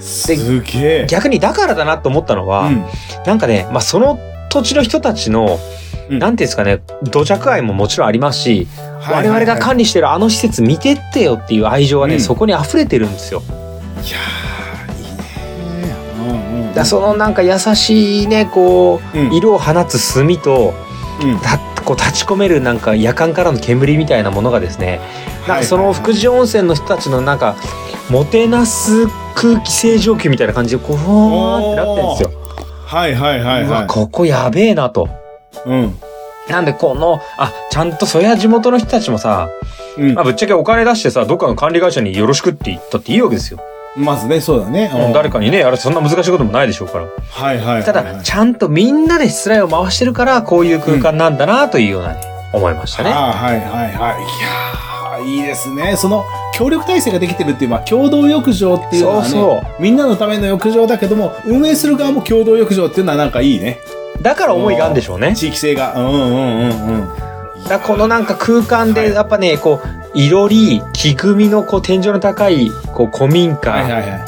S1: すげえ
S2: 逆にだからだなと思ったのは、
S1: うん
S2: なんかね、まあ、その土地の人たちの、
S1: うん
S2: なんていうんですかね、土着愛ももちろんありますし、
S1: はいはいはい
S2: 我々が管理してるあの施設見てってよっていう愛情はね、
S1: うん
S2: そこに溢れてるんですよ。
S1: いやーいいねうんうん
S2: だそのなんか優しいね、こ
S1: うん
S2: う、色を放つ炭と、
S1: うん
S2: たこう立ち込めるなんか夜間からの煙みたいなものがですね、なんかその福祉温泉の人たちのなんか、もてなす空気清浄機みたいな感じで、こう、ふわーってなってるんですよ。
S1: はいはいはいうは
S2: わ、
S1: い
S2: ここやべえなと。
S1: うん
S2: なんでこの、あ、ちゃんとそりゃ地元の人たちもさ、
S1: うん
S2: まあ、ぶっちゃけお金出してさ、どっかの管理会社によろしくって言ったっていいわけですよ。
S1: まずねそうだねうん
S2: 誰かにね、あれそんな難しいこともないでしょうから。
S1: はいはいはいはい
S2: ただ、ちゃんとみんなで失礼を回してるから、こういう空間なんだなというようなね、思いましたね。
S1: あーはいはいはいいやーいいですねその協力体制ができてるっていうまあ共同浴場っていうのはね
S2: そう
S1: みんなのための浴場だけども運営する側も共同浴場っていうのはなんかいいね
S2: だから思いがあるんでしょうね。
S1: 地域性がうんうんうんうんい
S2: だからこのなんか空間
S1: は
S2: で
S1: い
S2: やっぱね、こういろり木組みのこう天井の高いこう古民家、
S1: はいはいは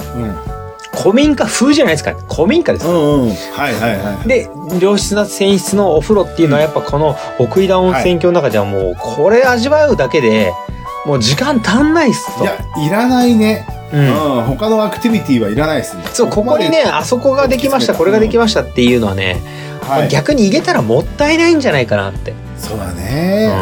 S2: 古民家風じゃないですか古民家です
S1: い。う、ん。うんうん。はいはいはい。
S2: で良質な泉質のお風呂っていうのはやっぱこの奥井田温泉郷の中ではもうこれ味わうだけでもう時間足んないっす
S1: い
S2: と、
S1: や、いらないね。
S2: う
S1: うんん。他のアクティビティはいらないですね。
S2: そうここにねあそこができましたこれができましたっていうのはね、
S1: ここまで。はい。
S2: 逆に入れたらもったいないんじゃないかなって
S1: そうだね、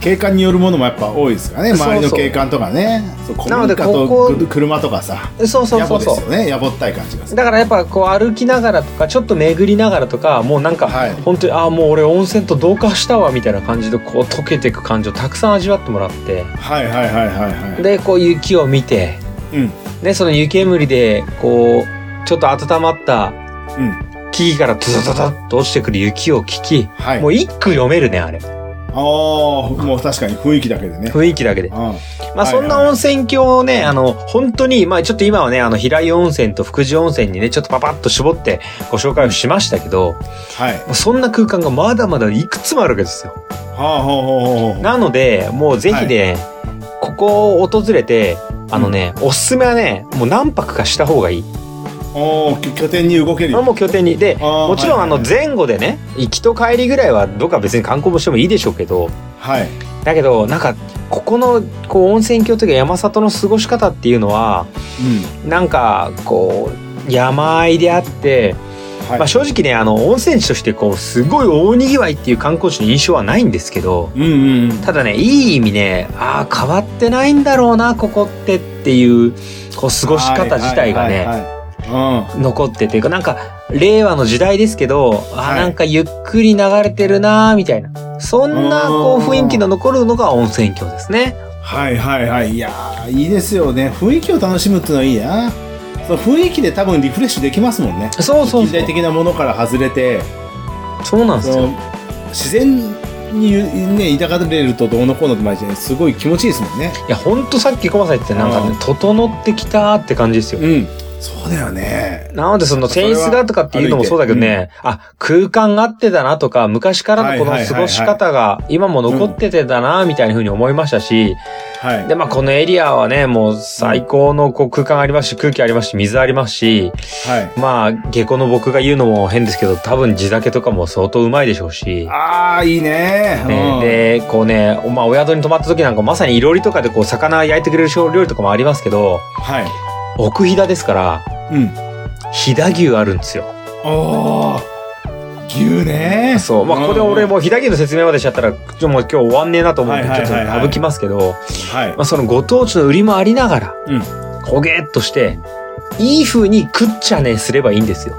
S1: 景観によるものもやっぱ多いですからね
S2: そうそう
S1: 周りの景観とかねそう
S2: なので
S1: 古民家と
S2: ここ
S1: ぐ車とかさ
S2: そうそう
S1: 野
S2: そ
S1: 暮
S2: う
S1: で
S2: そう
S1: すよね野暮ったい感じがする
S2: だからやっぱこう歩きながらとかちょっと巡りながらとかもうなんか、
S1: はい
S2: 本当にああもう俺温泉と同化したわみたいな感じでこう溶けていく感じをたくさん味わってもらって
S1: はいはいはいはいはい
S2: でこう雪を見て
S1: うん
S2: でその湯煙でこうちょっと温まった
S1: うん
S2: 木々からドドドドッと落ちてくる雪を聞き
S1: はい
S2: もう一句読めるねあれ
S1: ああもう確かに雰囲気だけでね
S2: 雰囲気だけで
S1: うん
S2: まあ
S1: はいは
S2: そ
S1: い
S2: んな温泉郷をね、あの、本当に、まあちょっと今はね、あの、平井温泉と福寺温泉にね、ちょっとパパッと絞ってご紹介をしましたけど、
S1: はい
S2: もうそんな空間がまだまだいくつもあるわけですよ。
S1: はあほうほうほうほう
S2: なので、もうぜひね、ここを訪れて、あのね、おすすめはね、もう何泊かした方がいい。
S1: おーき拠点に動ける
S2: まあ
S1: よ
S2: もう拠点に。で、
S1: あー
S2: もちろん
S1: は
S2: あ
S1: いはい
S2: の前後でね、行きと帰りぐらいはどっか別に観光もしてもいいでしょうけど、
S1: はい
S2: だけど、なんか、ここの、こう、温泉郷というか山里の過ごし方っていうのは、
S1: うん
S2: なんかこう山あいであって、
S1: はい、
S2: まあ、正直ねあの温泉地としてこうすごい大にぎわいっていう観光地の印象はないんですけど
S1: うんうんうん
S2: ただねいい意味ねああ変わってないんだろうなここってっていうこう過ごし方自体が
S1: はいはい
S2: ね
S1: はいはい
S2: 残っててなんか令和の時代ですけどあー
S1: はい
S2: なんかゆっくり流れてるなーみたいなそんなこう
S1: うん
S2: 雰囲気の残るのが温泉郷ですね。
S1: うんはいはいはいいやーいいですよね雰囲気を楽しむっていうのはいいなその雰囲気で多分リフレッシュできますもんね
S2: そう
S1: 近
S2: そうそう
S1: 代的なものから外れて
S2: そうなんです
S1: そ
S2: よ
S1: の自然にね抱かれるとどうのこうのって前じゃないすごい気持ちいいですもんね
S2: いやほんとさっきコマさん言ってたなんかね
S1: うん
S2: 整ってきたって感じですよ。
S1: うんそうだよね
S2: なのでその選出がとかっていうのもそうだけどね、あ、空間があってだなとか、昔からのこの
S1: はいはいはいはい
S2: 過ごし方が今も残っててだな、みたいな風に思いましたし、
S1: はい
S2: で、まあこのエリアはね、もう最高のこう空間ありますし、空気ありますし、水ありますし、
S1: はい
S2: まあ下校の僕が言うのも変ですけど、多分地酒とかも相当うまいでしょうし、
S1: ああいいねうん
S2: ねで、こうね、まあお宿に泊まった時なんかまさにいろりとかでこう魚焼いてくれる料理とかもありますけど、
S1: はい
S2: 奥飛騨ですから、
S1: うん
S2: 飛騨牛あるんですよ。
S1: おー牛ね
S2: そう。まあ、ここで俺もう飛騨牛の説明までしちゃったら、ちょっともう今日終わんねえなと思うんで、ち
S1: はい
S2: ょっ
S1: はい
S2: と
S1: はいはい
S2: 省きますけど、
S1: はい
S2: まあ、そのご当地の売りもありながら、
S1: うん
S2: 焦げっとして、いい風に食っちゃねすればいいんですよ。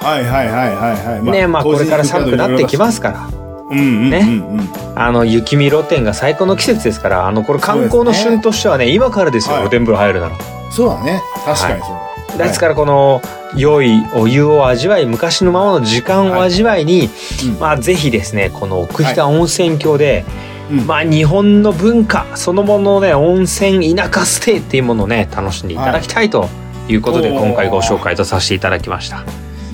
S1: はいはいはいはいはい
S2: ねまあこれから寒くなってきますか
S1: う
S2: ら、
S1: んうんうんうん
S2: あの雪見露店が最高の季節ですから、あのこれ観光の旬としてはね、今からですよ、
S1: はい
S2: 露天風呂入るなら。
S1: そうだね確かにそうだ
S2: ですからこの良いお湯を味わい昔のままの時間を味わいに、
S1: うん
S2: まあぜひですねこの奥飛騨温泉郷で、
S1: うん
S2: まあ日本の文化そのもののね温泉田舎ステイっていうものをね楽しんでいただきたいということで、
S1: おー
S2: 今回ご紹介とさせていただきました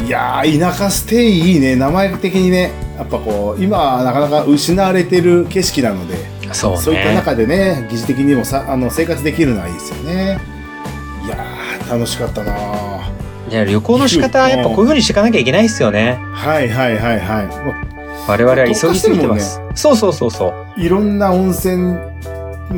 S1: いやー田舎ステイいいね名前的にねやっぱこう今なかなか失われてる景色なので
S2: そうね
S1: そういった中でね疑似的にもさあの生活できるのはいいですよねいやー楽しかったなー
S2: いや旅行の仕方はやっぱこういう風にしていかなきゃいけないですよね
S1: はいはいはいはいも
S2: 我々は急ぎすぎてます、そうそうそうそう
S1: ういろんな温泉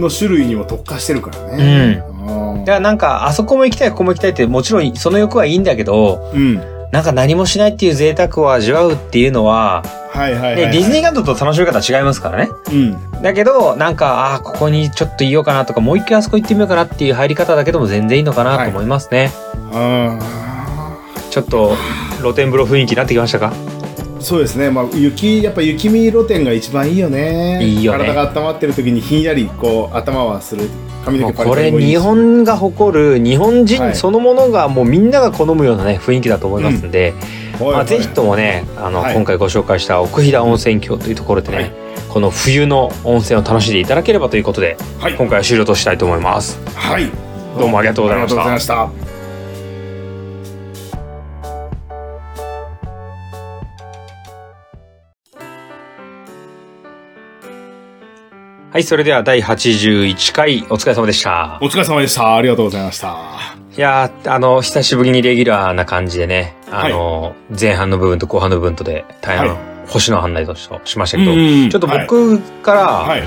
S1: の種類にも特化してるからねうん
S2: だからなんかあそこも行きたいここも行きたいってもちろんその欲はいいんだけど、
S1: うん
S2: なんか何もしないっていう贅沢を味わうっていうのは、
S1: はいはいはい、
S2: ね、
S1: はい、
S2: ディズニーランドと楽しみ方は違いますからね。
S1: うん
S2: だけど、なんか、ああー、ここにちょっといようかなとか、もう一回あそこ行ってみようかなっていう入り方だけでも全然いいのかなと思いますね。
S1: あ
S2: ちょっと、露天風呂雰囲気になってきましたか
S1: ーそうですねまあ雪やっぱ雪見露天が一番いいよね
S2: いいよね
S1: 体が温まってる時にひんやりこう頭はする髪
S2: も
S1: の
S2: う
S1: 毛パリ
S2: こ
S1: パリ
S2: れ
S1: もいいし
S2: 日本が誇る日本
S1: は
S2: 人
S1: い
S2: そのものがもうみんなが好むようなね雰囲気だと思いますんで、
S1: はい
S2: ま
S1: は
S2: あ、
S1: い
S2: ぜひともねあの、
S1: はい
S2: 今回ご紹介した奥飛騨温泉郷というところでね、
S1: はい
S2: この冬の温泉を楽しんでいただければということで
S1: はい
S2: 今回は終了としたいと思います。
S1: はい
S2: どうもありがとうございました
S1: ありがとうございました
S2: はい、それでは第81回お疲れ様でした
S1: お。疲れ様でした。ありがとうございました。
S2: いやー、あの、久しぶりにレギュラーな感じでね、あの、前半の部分と後半の部分とで大変、
S1: は
S2: 星の判断としましたけど、
S1: うん
S2: ちょっと僕から、
S1: はい。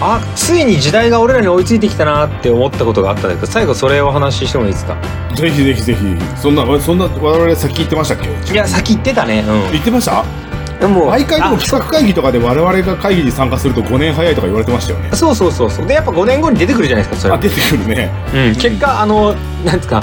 S2: あ、ついに時代が俺らに追いついてきたなって思ったことがあったんだけど、最後それをお話ししてもいいですか
S1: ぜひぜひぜひ。そんな、そんな、我々先言ってましたっけ
S2: いや、先言ってたね。う
S1: 言ってました
S2: ん。でも
S1: 毎回でも
S2: あ
S1: 企画会議とかで我々が会議に参加すると5年早いとか言われてましたよね。
S2: そうそうそうそう。で、やっぱ5年後に出てくるじゃないですか、それ
S1: あ、。出てくるね。
S2: うん、結果、あの、なんですか、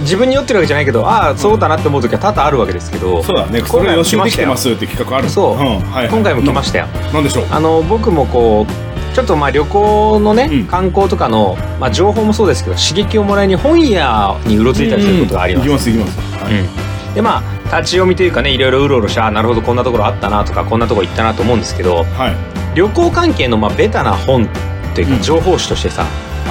S2: 自分に酔ってるわけじゃないけど、ああ、そうだなって思う時は多々あるわけですけど、
S1: そうだね。それ
S2: 今回
S1: 予
S2: も来
S1: 習
S2: ま
S1: で
S2: し
S1: きて
S2: たよ
S1: ま。すって企画ある
S2: そうん
S1: はいはい
S2: 今回も来ましたよ。
S1: ななんでしょう
S2: あの、僕もこう、ちょっとまあ旅行のね、
S1: うん
S2: 観光とかの、まあ情報もそうですけど、刺激をもらいに本屋にうろついたりすることがあります。
S1: 行きます行きます。はい
S2: うん、でまあ立ち読みというかねいろいろうろうろしてあなるほどこんなところあったなとかこんなとこ行ったなと思うんですけど
S1: はい。
S2: 旅行関係のまあベタな本という
S1: うん
S2: か情報誌としてさ、
S1: は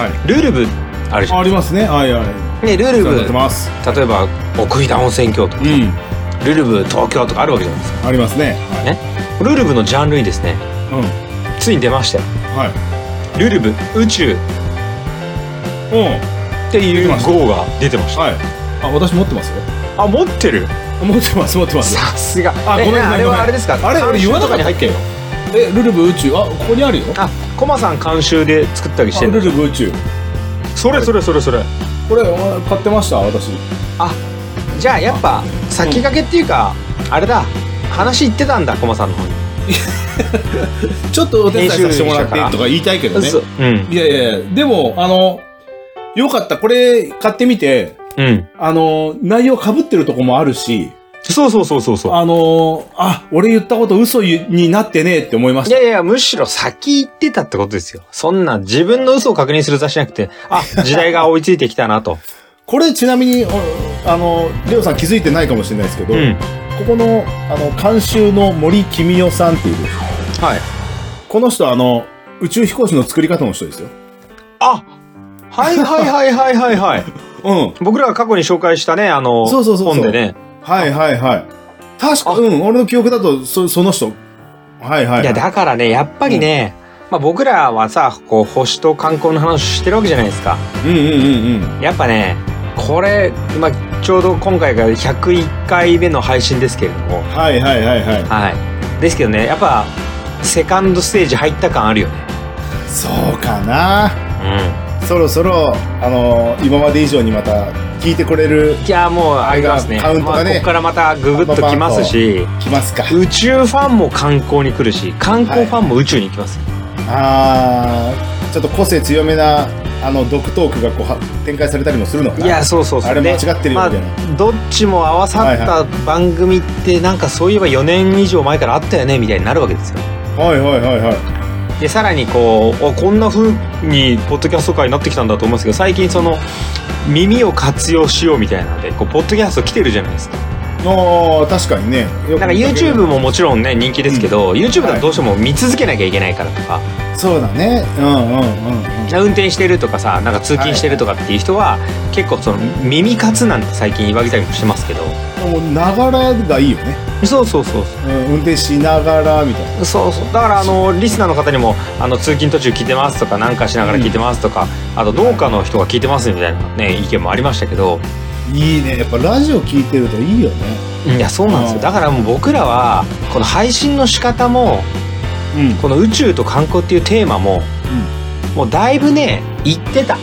S1: い。
S2: ルール部あるじゃ
S1: あありますね。はいはい。
S2: ん。ねルー
S1: お
S2: ル
S1: 世話
S2: 部
S1: になってます。
S2: 例えば奥飛騨温泉郷とか
S1: うん。
S2: ルール部東京とかあるわけじゃないです
S1: ありますね。はい。
S2: かルール部のジャンルにですね
S1: うん。
S2: ついに出ましたよ
S1: はい。
S2: ルール部宇宙っ
S1: うん。
S2: てい
S1: 出て
S2: う
S1: ました
S2: 号が出てました
S1: はい。あ、私持ってますよ。
S2: あ持ってる
S1: 持ってます持ってます。
S2: さすが
S1: あ
S2: え
S1: ごめんごめん
S2: あれ
S1: ごめん
S2: はあれですか
S1: あれ俺言わなかった
S2: 監修とに入ってるよ
S1: え、ルルブ宇宙。あ、ここにあるよ。
S2: あコマさん監修で作ったりし
S1: あ
S2: てる
S1: ルルブ宇宙。
S2: それそれそれそれ
S1: これあ買ってました私。
S2: じゃあやっぱ先駆けっていうか、あれだ話言ってたんだコマさんの方に、
S1: ちょっとお手伝いさせてもらってとか言いたいけどね。
S2: 嘘うん
S1: いやいやいやでも、あの、よかった。これ買ってみて、
S2: うん
S1: あの、内容被ってるとこもあるし、
S2: そうそうそうそうそう
S1: あの、あ、俺言ったこと嘘になってねえって思いま
S2: い
S1: し
S2: やいやむしろ先言ってたってことですよそんな自分の嘘を確認する雑誌じゃなくてあ時代が追いついてきたなと
S1: た。これちなみに、おあの、レオさん気づいてないかもしれないですけど、
S2: うん
S1: ここの、あの、監修の森君代さんっていう、
S2: はい
S1: この人あの、宇宙飛行士の作り方の人ですよ。
S2: あはいはいはいはいはいはい
S1: うん。
S2: 僕らが過去に紹介したねあの
S1: そうそうそうそう
S2: 本でね、
S1: はいはいはい。確か、
S2: あ
S1: うん、俺の記憶だと、そその人。はいはいい。
S2: やだからねやっぱりね、まあ、僕らはさこう星と観光の話してるわけじゃないですか
S1: うんうんうんうん。
S2: やっぱねこれ、まあ、ちょうど今回が101回目の配信ですけれども
S1: はいはいはいはい。
S2: はいですけどねやっぱセカンドステージ入った感あるよね
S1: そうかな。
S2: う
S1: そろそろ、あのー今まで以上にまた聞いてくれる、
S2: んいやもうありますね
S1: カウントがね
S2: まあ、ここからまたググッときますし
S1: 来ますか。
S2: 宇宙ファンも観光に来るし観光ファンも宇宙に行きますよ、
S1: あー、ちょっと個性強めな、あの、毒トークがこうは、展開されたりもするのか
S2: い、
S1: な。
S2: やそうそうそう
S1: あれ間違
S2: で
S1: ってるよ
S2: ま
S1: み
S2: あ
S1: たいな。
S2: どっちも合わさった番組ってなんかそういえば4年以上前からあったよねみたいになるわけですよ
S1: はいはいはいはい。
S2: でさらにこうおこんな風にポッドキャスト界になってきたんだと思うんですけど最近その耳を活用しようみたいなのでこうポッドキャスト来てるじゃないですか
S1: あー、確かにね。よく
S2: なんか
S1: 見かける
S2: YouTube ももちろんね人気ですけど、YouTube だとどうしても見続けなきゃいけないからとか、
S1: そうだね。うんうんうんうん。
S2: 運転してるとかさなんか通勤してるとかっていう人は、結構その耳活なんて最近言われたりもしてますけど
S1: もう、ながらがいいよね。
S2: そうそうそうそ
S1: うん、運転しながら、みたいな。
S2: うそうそうだからあのリスナーの方にもあの通勤途中聞いてますとかなんかしながら聞いてますとか、あと農家の人が聞いてますみたいなね意見もありましたけど、
S1: いいね。やっぱラジオ聞いてるといいよね。
S2: いやそうなんです
S1: う
S2: よ
S1: ん
S2: だからもう僕らはこの配信の仕方も
S1: うん。
S2: この宇宙と観光っていうテーマも、もうだいぶね言ってた、う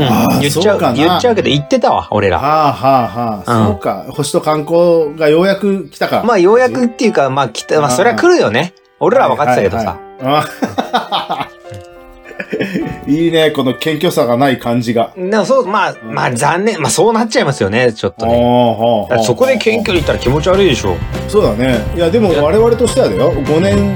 S1: あ
S2: ん、
S1: ー
S2: 言っちゃ
S1: そうかな
S2: う言っちゃうけど言ってたわ俺ら
S1: はあはあはあ、
S2: うん
S1: そうか。星と観光がようやく来たか。
S2: まあようやくっていうかまあ来た、まあ、それは来るよね俺らは分かってたけどさ、
S1: はいはいはいあ いいね、この謙虚さがない感じが。
S2: でもそうまあまあ残念まあそうなっちゃいますよねちょっとね
S1: おーおーおー
S2: だからそこで謙虚に言ったら気持ち悪いでしょ
S1: そうだね。いや、でも
S2: いや
S1: 我々としてはだよ。5年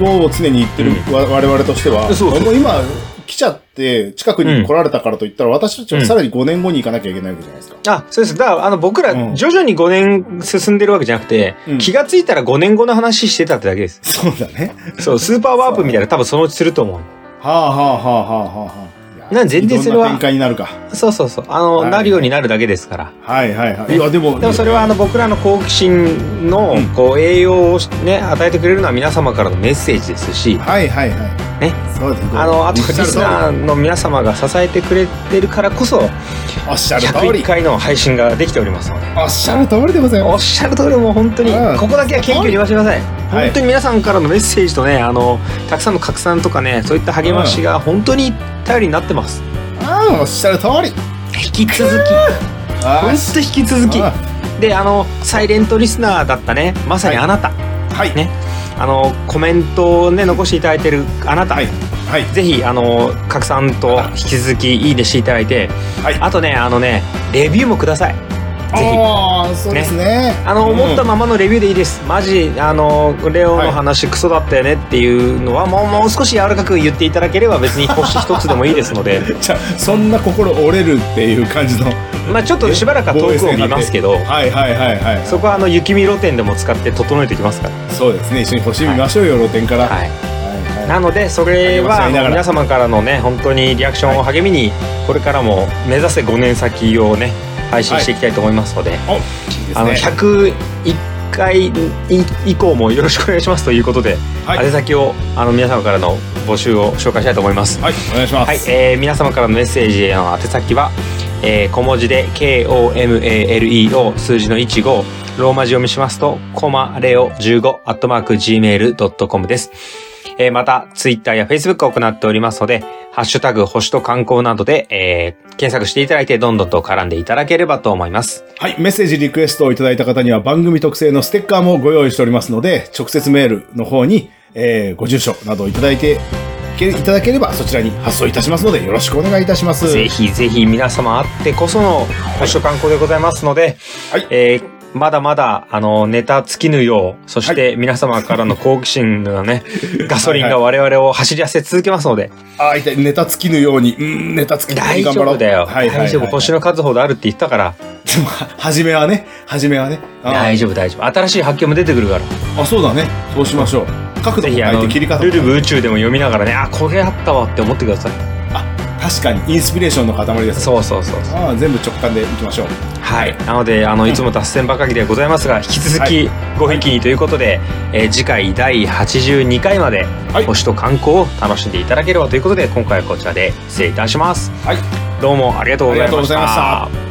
S1: 後を常に言ってるわ我々としては。
S2: そうそう
S1: もう今、来ちゃって、近くに来られたからといったら、私たちはさらに5年後に行かなきゃいけないわけじゃないですか。
S2: あそうですだからあの僕
S1: う
S2: ら
S1: ん
S2: 徐々に5年進んでるわけじゃなくて、
S1: うん
S2: 気がついたら5年後の話してたってだけです
S1: そうだね。
S2: そうスーパーワープみたいな多分そのうちすると思う
S1: はあはあはあはあはあはあ。
S2: なん全然それはい
S1: ろんな展開になるか。
S2: そうそうそう。あの、
S1: はい
S2: なるようになるだけですから。
S1: はいはいはい。いや、でも、
S2: でもそれはあの僕らの好奇心の
S1: うん
S2: こう栄養をね与えてくれるのは皆様からのメッセージですし、
S1: はいはいはい。
S2: ね
S1: そうです
S2: あのあとリスナーの皆様が支えてくれてるからこそ
S1: おっしゃる通
S2: 101
S1: り
S2: 回の配信ができておりますので
S1: おっしゃる通りでござい
S2: お
S1: ま
S2: っ
S1: す
S2: しゃる通りもう本当に
S1: うん
S2: ここだけは謙虚に言わせてください
S1: はい
S2: 本当に皆さんからのメッセージとねあのたくさんの拡散とかねそういった励ましが本当に頼りになってます
S1: ああおっしゃる通り
S2: 引き続き
S1: あ
S2: 本当引き続き
S1: あ
S2: であのサイレントリスナーだったねまさにあなた、
S1: はい
S2: ねあのコメントをね残していただいてるあなた、
S1: はいはい
S2: ぜひあの拡散と引き続きいいねしていただいて、
S1: はい
S2: あとねあのねレビューもくださいぜひ
S1: ああそうですね
S2: あの思ったままのレビューでいいですマジあのレオ
S1: は
S2: の
S1: い
S2: 話クソだったよねっていうのは、もうもう少し柔らかく言っていただければ別に星一つでもいいですので
S1: じゃあそんな心折れるっていう感じの
S2: まあちょっとしばらくは遠くを見ますけど
S1: はいはいはいはい
S2: そこはあの雪見露店でも使って整えていきますから、
S1: そうですね一緒に星見ましょうよ、露店から、
S2: はい、
S1: はいは
S2: なのでそれはあの皆様からのね本当にリアクションを励みにこれからも目指せ5年先をね配信していきたいと思いますので、
S1: い、おいいですね
S2: あの101回以降もよろしくお願いしますということで、
S1: はい
S2: 宛先をあの皆様からの募集を紹介したいと思います。
S1: はいお願いします、
S2: はい、えー皆様からのメッセージへの宛先は、えー小文字で KOMALEO 数字の15ローマ字読みしますとコマレオ15アットマーク Gmail.com です。えーまた、ツイッターやフェイスブックを行っておりますので、ハッシュタグ、星と観光などで、えー検索していただいて、どんどんと絡んでいただければと思います。
S1: はい、メッセージリクエストをいただいた方には番組特製のステッカーもご用意しておりますので、直接メールの方に、えーご住所などをいただいて、けいただければそちらに発送いたしますので、よろしくお願いいたします。
S2: ぜひぜひ皆様あってこその星と観光でございますので、
S1: はい
S2: えーまだまだ、あの、ネタ尽きぬよう、そして皆様からの好奇心 のね、ガソリンが我々を走り出せ続けますので、
S1: ああ、痛い、ネタ尽きぬように、うーん、ネタ尽きぬよう
S2: 大
S1: に
S2: 丈
S1: 頑張ろ
S2: 夫
S1: う。
S2: だよ。
S1: はいはいはい、
S2: 大丈夫。星の数ほどあるって言ったから、
S1: でも、は初めはね、初めはね。
S2: 大
S1: 丈
S2: 丈夫大丈夫。新しい発見も出てくるから、
S1: 夫。あ、そうだね。そうしましょう。角度
S2: ぜ
S1: も
S2: ひ、あ
S1: 変え
S2: の、
S1: て切り
S2: ル
S1: 方も
S2: ルブ宇宙でも読みながらね、あ、これあったわって思ってください。
S1: 確かにインスピレーションの塊です。
S2: そうそうそうそう。
S1: ああ、全部直感でいきましょう。
S2: はい。なので、あの、いつも脱線ばかりでございますが、引き続きごひいきにということで、えー次回第82回まで、
S1: はい
S2: 星と観光を楽しんでいただければということで、今回はこちらで失礼いたします。
S1: はい。
S2: どうもありがとうござい
S1: ありがとう
S2: ま
S1: ご
S2: し。
S1: ざいました